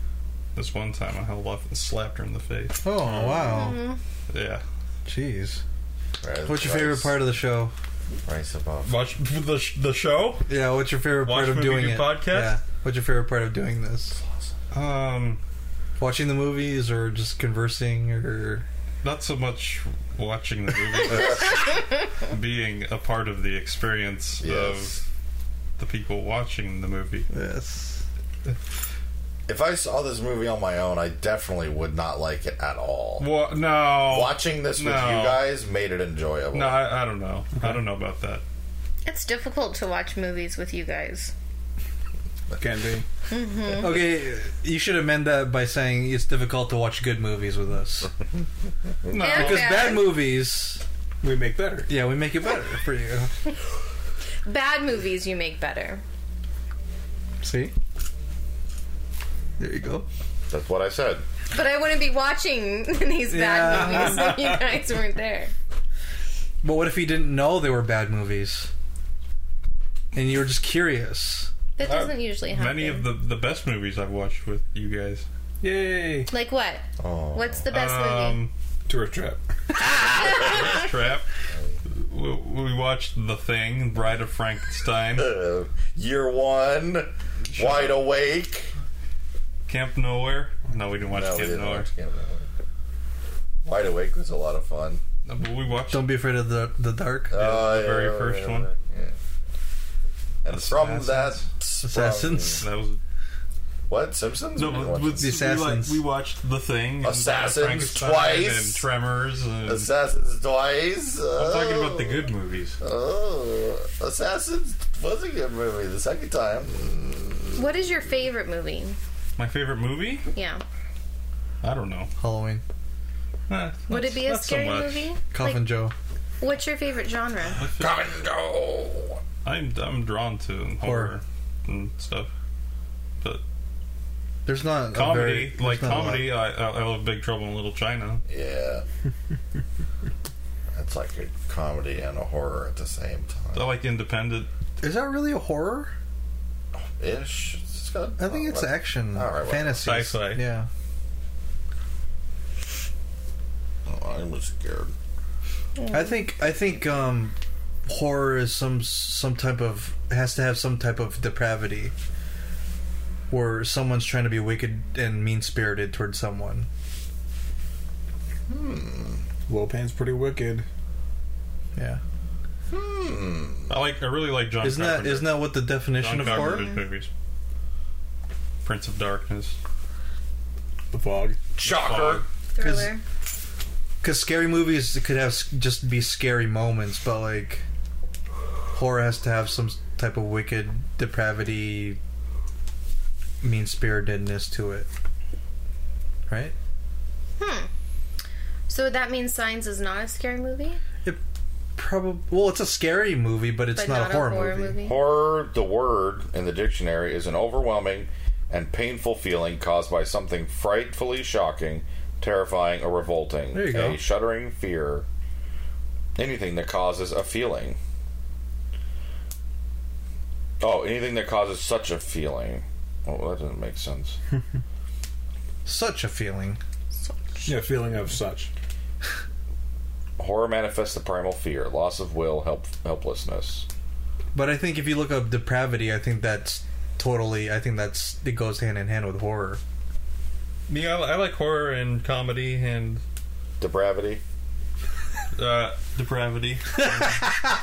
S4: this one time I held off and slapped her in the face.
S3: Oh wow.
S4: Yeah.
S3: Jeez.
S1: Right,
S3: What's your
S1: rice-
S3: favorite part of the show?
S1: Rice above.
S4: Watch the the show.
S3: Yeah. What's your favorite
S4: Watch
S3: part of
S4: Movie
S3: doing
S4: Do
S3: it?
S4: Podcast?
S3: Yeah. What's your favorite part of doing this? Oh.
S4: Um,
S3: Watching the movies or just conversing or
S4: not so much watching the movie, but being a part of the experience uh,
S1: Yes.
S4: of the people watching the movie.
S3: yes.
S1: If I saw this movie on my own, I definitely would not like it at all.
S4: Well, no,
S1: Watching this with
S4: No.
S1: you guys made it enjoyable.
S4: no, I, I don't know. I don't know about that.
S5: it's difficult to watch movies with you guys.
S2: Can be.
S5: Mm-hmm.
S3: Okay, you should amend that by saying it's difficult to watch good movies with us
S4: No,
S5: Yeah,
S3: because
S5: Bad.
S3: bad movies.
S2: We make better.
S3: Yeah, we make it better for you.
S5: Bad movies you make better.
S3: See? There you go.
S1: That's what I said.
S5: But I wouldn't be watching these bad
S3: Yeah.
S5: movies if you guys weren't there.
S3: But what if you didn't know they were bad movies? And you were just curious.
S5: That doesn't usually happen.
S4: many of the the best movies I've watched with you guys.
S2: Yay!
S5: like what?
S1: Oh.
S5: What's the best movie?
S4: Um,
S2: Tourist trap.
S4: Trap. We, we watched The Thing, Bride of Frankenstein,
S1: Uh, year one, wide awake.
S4: Camp Nowhere. No, we didn't watch
S1: No, we
S4: Camp
S1: didn't
S4: Nowhere.
S1: watch Camp Nowhere. Wide awake was a lot of fun.
S4: No, but we watched.
S3: Don't be afraid of the the dark.
S1: Uh,
S4: the very first one.
S1: Yeah. And from that, sprung-
S3: Assassins.
S4: That was
S1: What Simpsons?
S4: no,
S1: We
S4: but
S1: watched
S4: with
S3: The Assassins.
S4: We, like, we watched The Thing, and Bride of
S1: Assassins
S4: Frankenstein
S1: twice.
S4: and Tremors. And,
S1: Assassins twice.
S4: I'm talking about the good movies.
S1: Oh, Assassins was a good movie the second time.
S5: What is your favorite movie?
S4: My favorite movie?
S5: Yeah.
S4: I don't know.
S3: Halloween.
S4: Eh,
S5: Would
S4: not-
S5: it be a
S4: not so
S5: scary
S4: much.
S5: movie?
S3: Coffin
S5: Like,
S3: Joe.
S5: what's your favorite genre?
S1: Come and go.
S4: I'm I'm drawn to horror,
S3: Horror.
S4: and stuff. But
S3: There's not a very,
S4: comedy,
S3: there's
S4: like
S3: not a lot.
S4: comedy, I, I I love Big Trouble in Little China.
S1: Yeah. That's like a comedy and a horror at the same
S4: I
S1: time.
S4: like independent
S3: Is that really a horror?
S1: Ish. It's got,
S3: I think it's
S1: what-
S3: action,
S1: All right, well,
S3: fantasy,
S4: sci-fi.
S3: Yeah.
S1: oh, I'm scared.
S3: I think I think um, horror is some some type of has to have some type of depravity, where someone's trying to be wicked and mean spirited towards someone.
S2: Lopan's pretty wicked.
S3: Yeah,
S4: I like. I really like John.
S3: isn't
S4: Carpenter.
S3: that isn't that what the definition of
S4: John
S3: horror?
S4: Carpenter's movies? Prince of Darkness.
S2: The fog.
S1: Shocker.
S5: Thriller.
S3: Because scary movies could have s- just be scary moments, but like horror has to have some type of wicked depravity, mean spiritedness to it, right?
S5: So that means Signs is not a scary movie,
S3: It probably well, it's a scary movie, but it's
S5: but
S3: not, a horror, movie.
S1: Horror, the word in the dictionary, is an overwhelming and painful feeling caused by something frightfully shocking, terrifying, or revolting.
S3: There you
S1: a
S3: go.
S1: shuddering fear. Anything that causes a feeling. Oh, anything that causes such a feeling. Oh, that doesn't make sense.
S3: Such a feeling.
S2: Yeah, feeling of such.
S1: Horror manifests the primal fear, loss of will, help, helplessness.
S3: But I think if you look up depravity, I think that's totally. I think that's it goes hand in hand with horror.
S4: Yeah, I, li- I like horror and comedy and
S1: Depravity.
S4: uh, depravity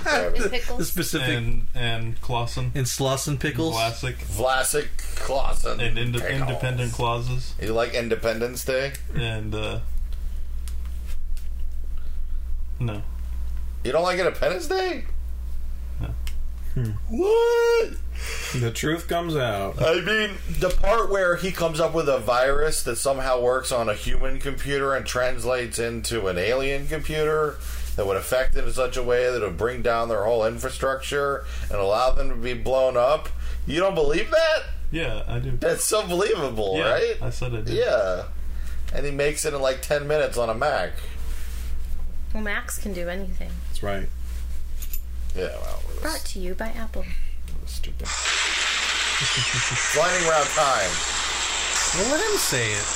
S5: And
S3: The
S5: pickles.
S3: specific and,
S4: and and Clausen,
S3: Slauson pickles.
S4: classic
S1: Vlasic Clausen.
S4: and inde- independent clauses
S1: You like Independence Day?
S4: and uh, no.
S1: You don't like Independence Day?
S4: No.
S1: What?
S2: The truth comes out.
S1: I mean, the part where he comes up with a virus that somehow works on a human computer and translates into an alien computer that would affect it in such a way that it would bring down their whole infrastructure and allow them to be blown up. You don't believe that?
S4: Yeah, I do.
S1: That's unbelievable,
S4: yeah,
S1: right?
S4: I said I did.
S1: Yeah. And he makes it in like 10 minutes on a Mac.
S5: Well, Max can do anything.
S2: That's right.
S1: Yeah, well, it was
S5: Brought to you by Apple.
S1: stupid. Blinding round time.
S3: Well, let him say it.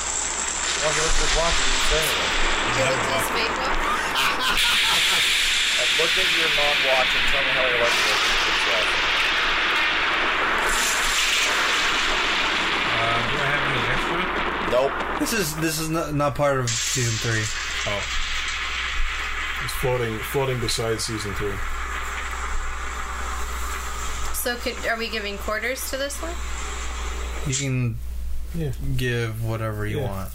S1: Okay, let's just watch it. It's anyway.
S5: You looked at his Facebook.
S1: Like, look at your mom watch and tell me how your life
S4: Uh, do I Uh, have any
S1: is.
S4: extra?
S1: Nope.
S3: This is this is not, not part of season three.
S2: It's floating, floating beside season three.
S5: So, could are we giving quarters to this one?
S3: You can
S2: Yeah.
S3: give whatever you
S2: Yeah.
S3: want.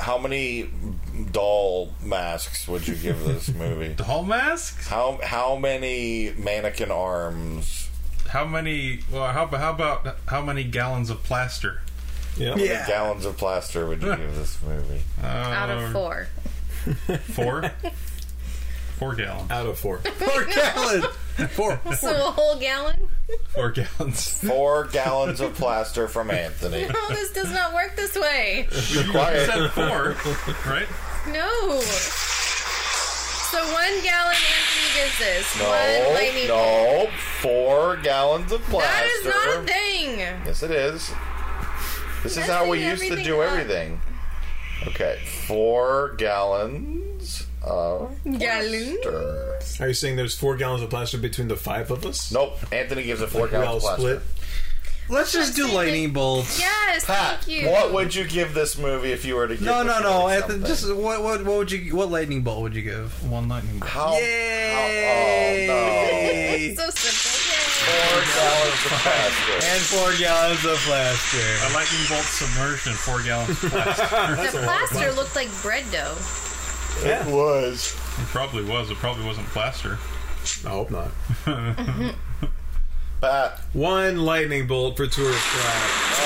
S1: How many doll masks would you give this movie?
S4: Doll masks?
S1: how how many mannequin arms?
S4: How many? Well, how, how about how many gallons of plaster?
S2: Yeah.
S1: How many gallons of plaster would you give this movie?
S4: Uh,
S5: Out of four.
S4: Four. Four gallons.
S2: Out of four.
S3: Four gallon. Four.
S5: So a whole gallon?
S4: Four gallons.
S1: Four gallons of plaster from Anthony.
S5: No, Oh, this does not work this way.
S1: Be
S4: I
S1: quiet.
S4: said four, right?
S5: No. So one gallon Anthony gives this.
S1: No,
S5: one lightning. bolt.
S1: no. Four gallons of plaster.
S5: That is not a thing.
S1: Yes, it is. This is
S5: Messing
S1: how we used to
S5: everything
S1: do
S5: up.
S1: everything. Okay, four gallons of
S5: Gallon?
S1: plaster.
S2: Are you saying there's four gallons of plaster between the five of us?
S1: Nope, Anthony gives a four
S2: We all
S1: gallons of plaster.
S2: split.
S3: Let's just do
S5: saying
S3: lightning bolts.
S5: Yes,
S1: Pat,
S5: thank you.
S1: what would you give this movie if you were to give
S3: No,
S1: this
S3: no, no.
S1: movie
S3: I th-
S1: something?
S3: just what, what, what would you? What lightning bolt would you give?
S4: One lightning bolt.
S1: how,
S3: Yay!
S1: how- oh,
S5: It's so simple.
S1: no. Four gallons of plaster.
S3: And four gallons of plaster.
S4: A lightning bolt submersion. Four gallons.
S5: Yay. The plaster looked like bread dough.
S1: It was.
S4: It probably was. It probably wasn't plaster.
S2: I hope not.
S1: Pat,
S2: One lightning bolt for tourist trap.
S1: oh,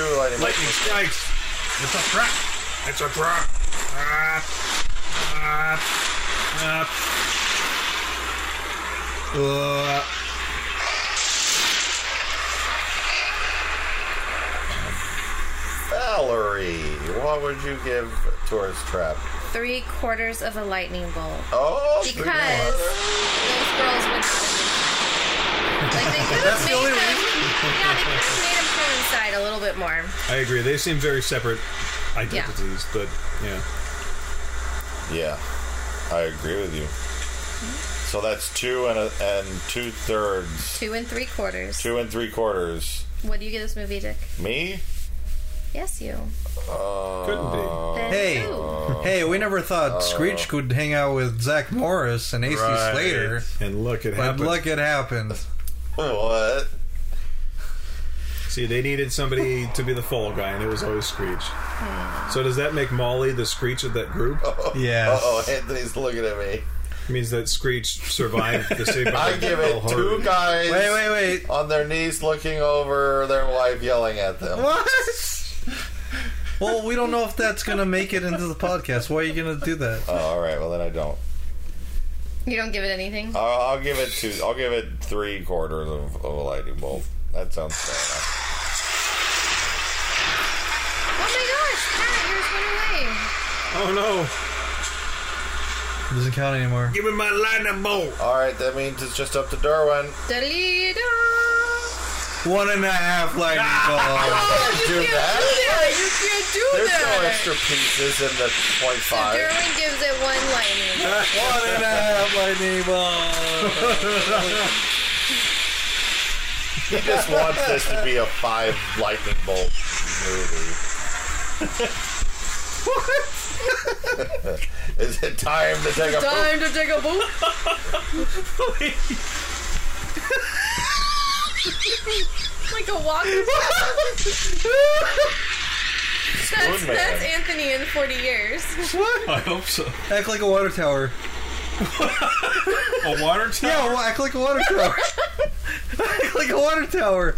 S1: yeah, two lightning.
S2: Lightning strikes.
S4: It's a trap.
S2: It's a trap.
S3: Uh,
S1: Valerie, what would you give Tourist Trap?
S5: Three quarters of a lightning bolt.
S1: Oh,
S5: Because those
S1: three-
S5: girls would. Like they could
S3: That's the
S5: have made
S3: only
S5: them. Yeah, they could have made them come inside a little bit more.
S2: I agree. They seem very separate identities, but yeah.
S1: Yeah, I agree with you. So that's two and a, and two thirds,
S5: Two and three quarters.
S1: two and three quarters.
S5: What do you give this movie, Dick?
S1: Me?
S5: Yes, you.
S2: Couldn't be.
S5: Then
S3: Hey.
S5: you.
S3: hey, we never thought Screech could hang out with Zach Morris and AC
S4: Right.
S3: Slater,
S2: And look, it
S3: but
S2: happened.
S3: look, it happened.
S1: What?
S2: See, they needed somebody to be the fall guy, and it was always Screech. So does that make Molly the Screech of that group?
S3: Yes.
S1: Oh, Anthony's looking at me.
S2: means that Screech survived the saved by
S1: I
S2: the
S1: give
S2: Bell
S1: it two
S2: hurry.
S1: guys
S3: Wait, wait, wait.
S1: on their knees looking over their wife yelling at them.
S3: What? Well, we don't know if that's gonna make it into the podcast. Why are you gonna do that?
S1: Oh, all right. Well, then I don't.
S5: You don't give it anything.
S1: I'll, I'll give it two. I'll give it three quarters of, of a lightning bolt. That sounds fair enough.
S5: Oh my gosh, Pat, yours went away.
S2: Oh
S3: It
S2: no!
S3: doesn't count anymore.
S2: Give me my lightning bolt.
S1: All right. That means it's just up to Darwin.
S5: Da-dee-da.
S3: One and a half lightning bolts.
S5: you
S1: do
S5: can't
S1: that.
S5: do that. You can't do
S1: There's
S5: that.
S1: no extra pieces in the point
S5: So
S1: five.
S5: Derwin gives it one lightning.
S3: One and a half lightning bolts.
S1: He just wants this to be a five lightning bolt movie. Is it time to take a poop?
S5: Time to take a boot. like a walk. that's,
S1: man.
S5: that's Anthony in 40 years.
S3: What?
S4: I hope so.
S3: Act like a water tower.
S4: A water tower.
S3: Yeah, well, act like a water tower. act like a water tower.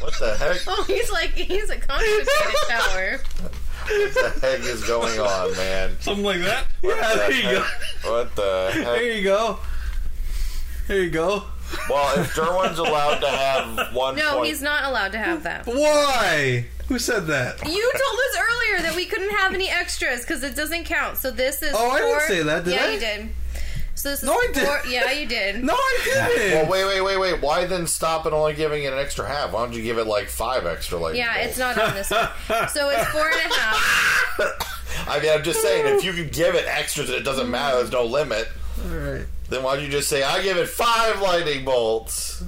S1: What the heck?
S5: Oh, he's like, he's a constipated tower.
S1: What the heck is going on, man?
S4: Something like that.
S3: Yeah, there you go.
S1: What the heck?
S3: There you go. There you go.
S1: Well, if Derwin's allowed to have one
S5: No,
S1: point,
S5: he's not allowed to have that.
S3: Why? Who said that?
S5: You told us earlier that we couldn't have any extras because it doesn't count. So this is.
S3: Oh, I didn't
S5: for-
S3: say that, did
S5: yeah,
S3: I?
S5: you did. So this is.
S3: No, I didn't.
S5: for- Yeah, you did.
S3: No, I
S1: Well,
S3: didn't.
S1: wait, wait, wait, wait. Why then stop at only giving it an extra half? Why don't you give it like five extra lightning
S5: Yeah,
S1: bolts?
S5: it's not on this one. So it's four and a half.
S1: I mean, I'm just saying, if you could give it extras, it doesn't matter. There's no limit.
S3: All right.
S1: Then why don't you just say, "I give it five lightning bolts"?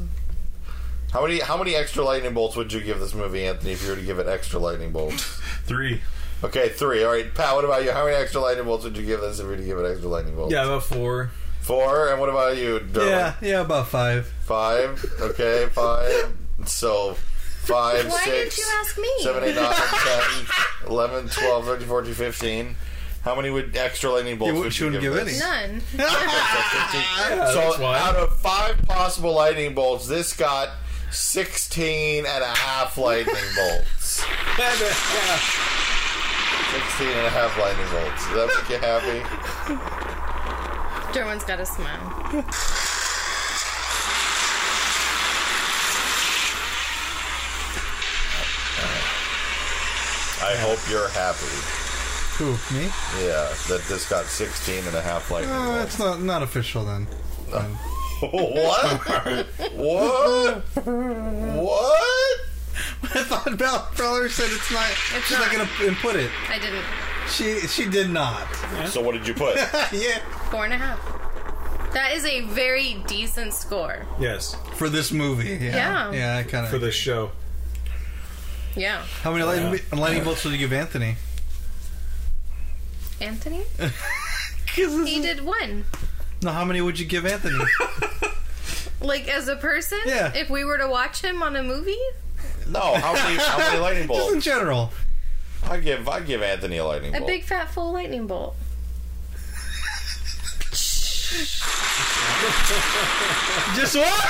S1: How many how many extra lightning bolts would you give this movie, Anthony, if you were to give it extra lightning bolts?
S4: Three.
S1: Okay, three. All right, Pat. What about you? How many extra lightning bolts would you give this if you were to give it extra lightning bolts?
S2: Yeah, about four.
S1: Four. And what about you, Derwin?
S3: Yeah, yeah, about five.
S1: Five. Okay, five. So five,
S5: Why did
S1: six,
S5: didn't you ask me?
S1: seven, eight, nine, 10, 11, 12, 13, 14, 15. How many would extra lightning bolts
S3: You
S1: would you
S3: shouldn't
S1: give,
S3: give
S1: this?
S5: None.
S1: so
S2: that's why.
S1: out of five possible lightning bolts, this got 16 and a half lightning bolts. 16 and a half lightning bolts. Does that make you happy?
S5: Derwin's got a smile.
S1: I hope you're happy.
S3: Who? Me?
S1: Yeah, that this got 16 and a half lightning
S3: Uh,
S1: bolts.
S3: it's not not official then.
S1: what? what? What?
S3: I thought Bell Feller said it's not.
S5: It's
S3: she's not,
S5: not.
S3: gonna input it.
S5: I didn't.
S3: She she did not.
S1: So what did you put?
S3: yeah.
S5: Four and a half. That is a very decent score.
S2: Yes,
S3: For this movie.
S5: Yeah.
S3: Yeah. I kind of.
S2: for this show.
S5: Yeah.
S3: How many lightning, lightning bolts did you give Anthony?
S5: Anthony?
S3: 'Cause this
S5: He
S3: is-
S5: did one.
S3: No, how many would you give Anthony?
S5: Like, as a person?
S3: Yeah.
S5: If we were to watch him on a movie?
S1: No, how many how many lightning
S3: Just in
S1: bolts?
S3: general.
S1: I give I give Anthony a lightning
S5: A
S1: bolt.
S5: big fat full lightning bolt.
S3: Just what?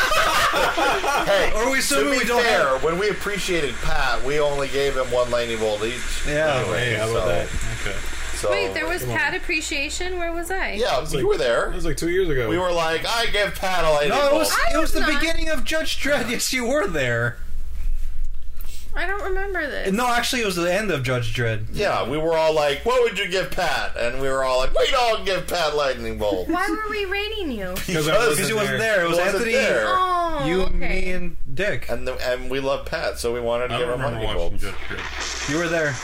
S1: Hey,
S3: Are we
S1: to
S3: assuming
S1: be
S3: we don't
S1: fair,
S3: have?
S1: when we appreciated Pat, we only gave him one lightning bolt each.
S3: Yeah.
S1: Anyway,
S2: Hey, how about
S1: so-
S2: that?
S4: Okay.
S3: Oh,
S1: So,
S5: Wait, there was Pat Appreciation? Where was I?
S1: Yeah, you were there.
S2: That was like two years ago.
S1: We were like, I give Pat a lightning
S3: No, it
S1: bolt.
S3: was
S5: I
S3: it was
S5: was
S3: the
S5: not.
S3: beginning of Judge Dredd. Yes, you were there.
S5: I don't remember this.
S3: No, actually, it was the end of Judge Dredd.
S1: yeah, we were all like, what would you give Pat? And we were all like, we don't give Pat lightning bolt.
S5: Why were we rating you?
S2: because
S1: Because
S2: I
S3: Because
S2: wasn't
S3: he wasn't
S2: there.
S3: there. It was
S1: Wasn't
S3: Anthony,
S1: there.
S5: Oh,
S3: you, me,
S5: okay.
S3: and Dick.
S1: And the, and we love Pat, so we wanted to
S4: I
S1: give
S4: don't
S1: him
S4: remember
S1: lightning
S4: watching
S1: bolts.
S4: Judge Dredd.
S3: You were there.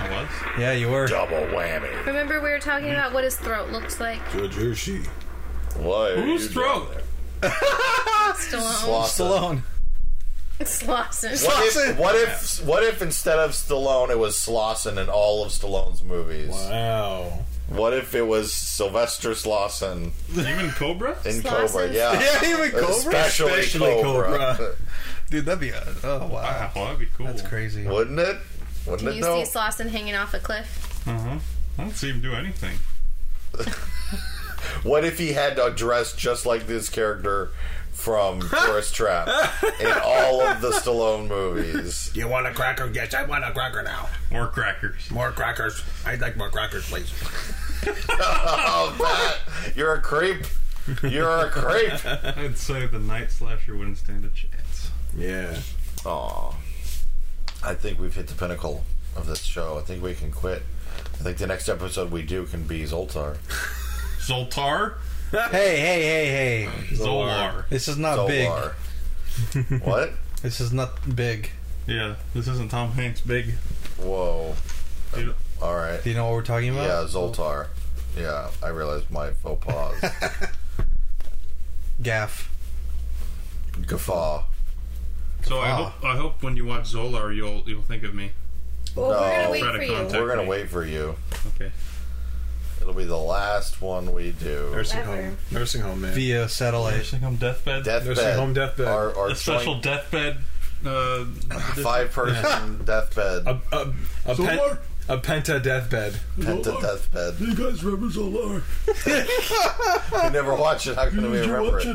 S4: I was.
S3: Yeah, you were.
S1: Double whammy.
S5: Remember we were talking about what his throat looks like?
S2: Judge Hershey.
S1: Why are
S4: Who's
S1: you down
S4: throat?
S1: there?
S3: Uh,
S5: Stallone.
S1: Slauson.
S3: Stallone.
S5: Slauson.
S1: What
S3: Slauson.
S1: if, what if what if instead of Stallone it was Slauson in all of Stallone's movies?
S2: Wow.
S1: What if it was Sylvester Slauson
S4: Even Cobra?
S1: in
S5: Slauson's-
S1: Cobra? Yeah.
S3: Yeah, even Cobra.
S1: Especially,
S2: Especially
S1: Cobra.
S2: Cobra.
S3: Dude, that'd be a, oh wow,
S4: Wow, Ah, that'd be cool.
S3: that's crazy.
S1: Wouldn't it? Wouldn't
S5: Can
S1: it
S5: you
S1: though?
S5: see Slauson hanging off a cliff?
S4: Uh-huh. I don't see him do anything.
S1: What if he had to dress just like this character from Tourist Trap in all of the Stallone movies?
S2: You want a cracker? Yes, I want a cracker now.
S4: More crackers.
S2: More crackers. I'd like more crackers, please.
S1: Oh, Pat, you're a creep. You're a creep.
S4: I'd say the Night Slasher wouldn't stand a chance.
S2: Yeah.
S1: Aw. I think we've hit the pinnacle of this show. I think we can quit. I think the next episode we do can be Zoltar.
S4: Zoltar?
S3: Hey, hey, hey, hey!
S4: Zolar.
S3: This is not big.
S1: Zoltar. what?
S3: This is not big.
S4: Yeah, this isn't Tom Hanks big.
S1: Whoa.
S4: Dude,
S1: All right.
S3: Do you know what we're talking about?
S1: Yeah, Zoltar. Yeah, I realized my faux pas.
S3: Gaff.
S1: Guffaw.
S4: So I hope I hope when you watch Zolar you'll you'll think of me.
S5: Well, we're
S1: No.
S5: gonna wait
S4: Try to
S5: for you.
S4: contact-
S1: We're going to wait for you.
S4: Okay.
S1: It'll be the last one we do.
S2: Nursing
S5: Ever.
S2: home. Nursing home, man.
S3: Via
S4: I
S3: satellite.
S4: think I'm deathbed.
S1: Deathbed.
S2: Nursing home deathbed.
S1: Our, our
S4: a special deathbed uh
S1: five person deathbed.
S2: A, a, a, pen, a penta deathbed.
S1: Penta deathbed.
S4: You guys remember Zolar?
S1: You never watch it. How can we remember it?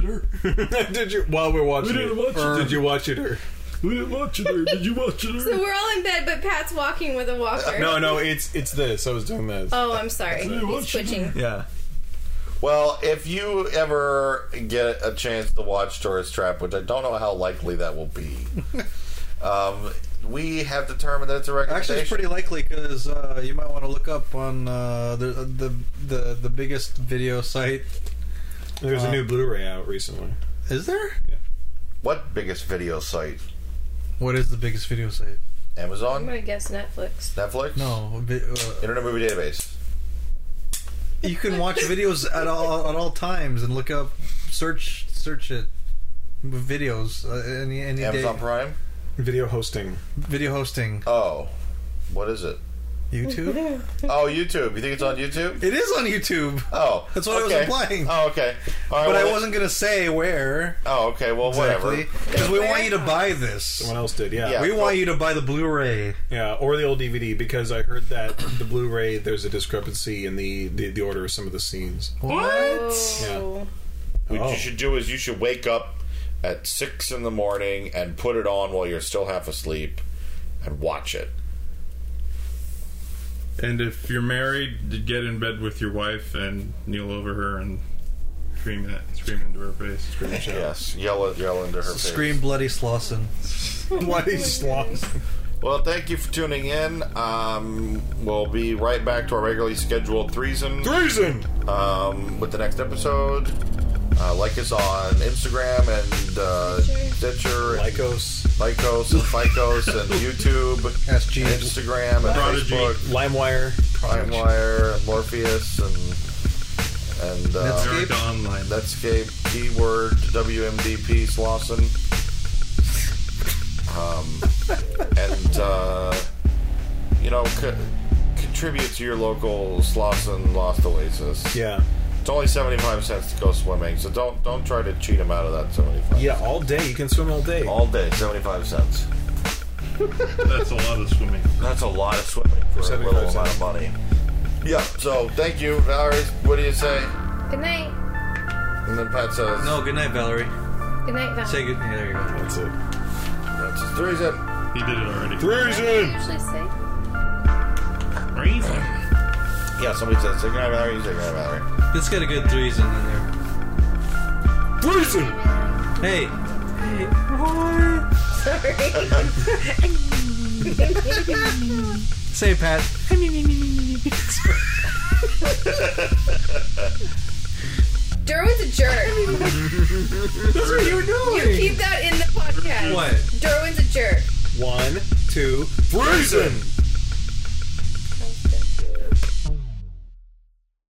S4: or
S2: did you? While we're watching
S4: We didn't
S2: it,
S4: watch it.
S2: Or did you watch it? Or
S4: we didn't watch it or did you watch it
S5: So we're all in bed, but Pat's walking with a walker.
S2: no, Oh, no, it's it's this. I was doing this.
S5: Oh, I'm sorry. He's
S4: what's-
S5: twitching.
S2: Yeah.
S1: Well, if you ever get a chance to watch Tourist Trap, which I don't know how likely that will be, um, we have determined that it's a recommendation.
S3: Actually, it's pretty likely because uh, you might want to look up on uh, the, the the the biggest video site.
S2: There's a new Blu-ray out recently.
S3: Is there?
S1: what biggest video site?
S3: What is the biggest video site?
S5: I'm
S1: Amazon,
S5: gonna guess Netflix.
S1: Netflix,
S3: No, vi- uh,
S1: Internet Movie Database.
S3: you can watch videos at all at all times and look up, search search it, videos uh, any any
S1: Amazon
S3: day.
S1: Prime?
S2: Video hosting.
S3: Video hosting,
S1: Oh. What is it?
S3: YouTube.
S1: Oh, YouTube. You think it's on YouTube?
S3: it is on YouTube.
S1: Oh.
S3: That's what I was
S1: okay.
S3: implying.
S1: Oh, okay. All right,
S3: But I
S1: well,
S3: wasn't gonna say where
S1: Oh, okay. Well,
S3: exactly
S1: whatever.
S3: because we want you to buy this.
S2: Someone else did. Yeah.
S1: Yeah.
S3: We want you to buy the Blu-ray.
S2: Yeah, or the old DVD because I heard that the Blu-ray there's a discrepancy in the the, the order of some of the scenes.
S5: What?
S1: What
S2: Oh.
S1: you should do is you should wake up at six in the morning and put it on while you're still half asleep and watch it.
S4: And if you're married, d- get in bed with your wife and kneel over her and scream at scream into her face. Scream at her.
S1: Yes, yell at yell into her face.
S3: Scream bloody Slauson.
S2: Bloody sloths.
S1: Well, thank you for tuning in. Um, we'll be right back to our regularly scheduled threesome
S2: Treason.
S1: um, with the next episode. Uh, like us on Instagram and uh, Stitcher, and
S2: Lycos,
S1: Lycos and Ficos and YouTube,
S3: Ask Jeeves.
S1: Instagram and
S4: Prodigy.
S1: Facebook.
S2: LimeWire.
S1: LimeWire, Morpheus, and and uh,
S4: Erica online.
S1: Netscape, keyword WMDP Slauson. Um, and uh, you know, co- contribute to your local Slauson Lost Oasis.
S2: Yeah.
S1: It's only seventy-five cents to go swimming, so don't don't try to cheat them out of that seventy-five.
S2: Yeah, all day. You can swim all day.
S1: all day, seventy-five cents.
S4: That's a lot of swimming.
S1: That's a lot of swimming for, a little
S2: 75
S1: amount of money. Yeah. So thank you, Valerie. What do you say?
S5: Good night.
S1: And then Pat says,
S3: No, Oh, good night, Valerie.
S5: Good night, Val.
S3: Say good. Yeah, there you go.
S2: That's it.
S1: That's his threesome.
S4: He did it already.
S5: I usually say.
S4: Reason.
S1: Yeah, somebody said, say goodnight, Valerie. You say goodnight, Valerie.
S3: It's got a good threesome in there.
S2: Treason.
S3: Hey, say Pat.
S5: Derwin's a jerk.
S3: That's what you were
S5: Keep that in the podcast.
S3: What?
S5: Derwin's a jerk.
S2: One, two, treason.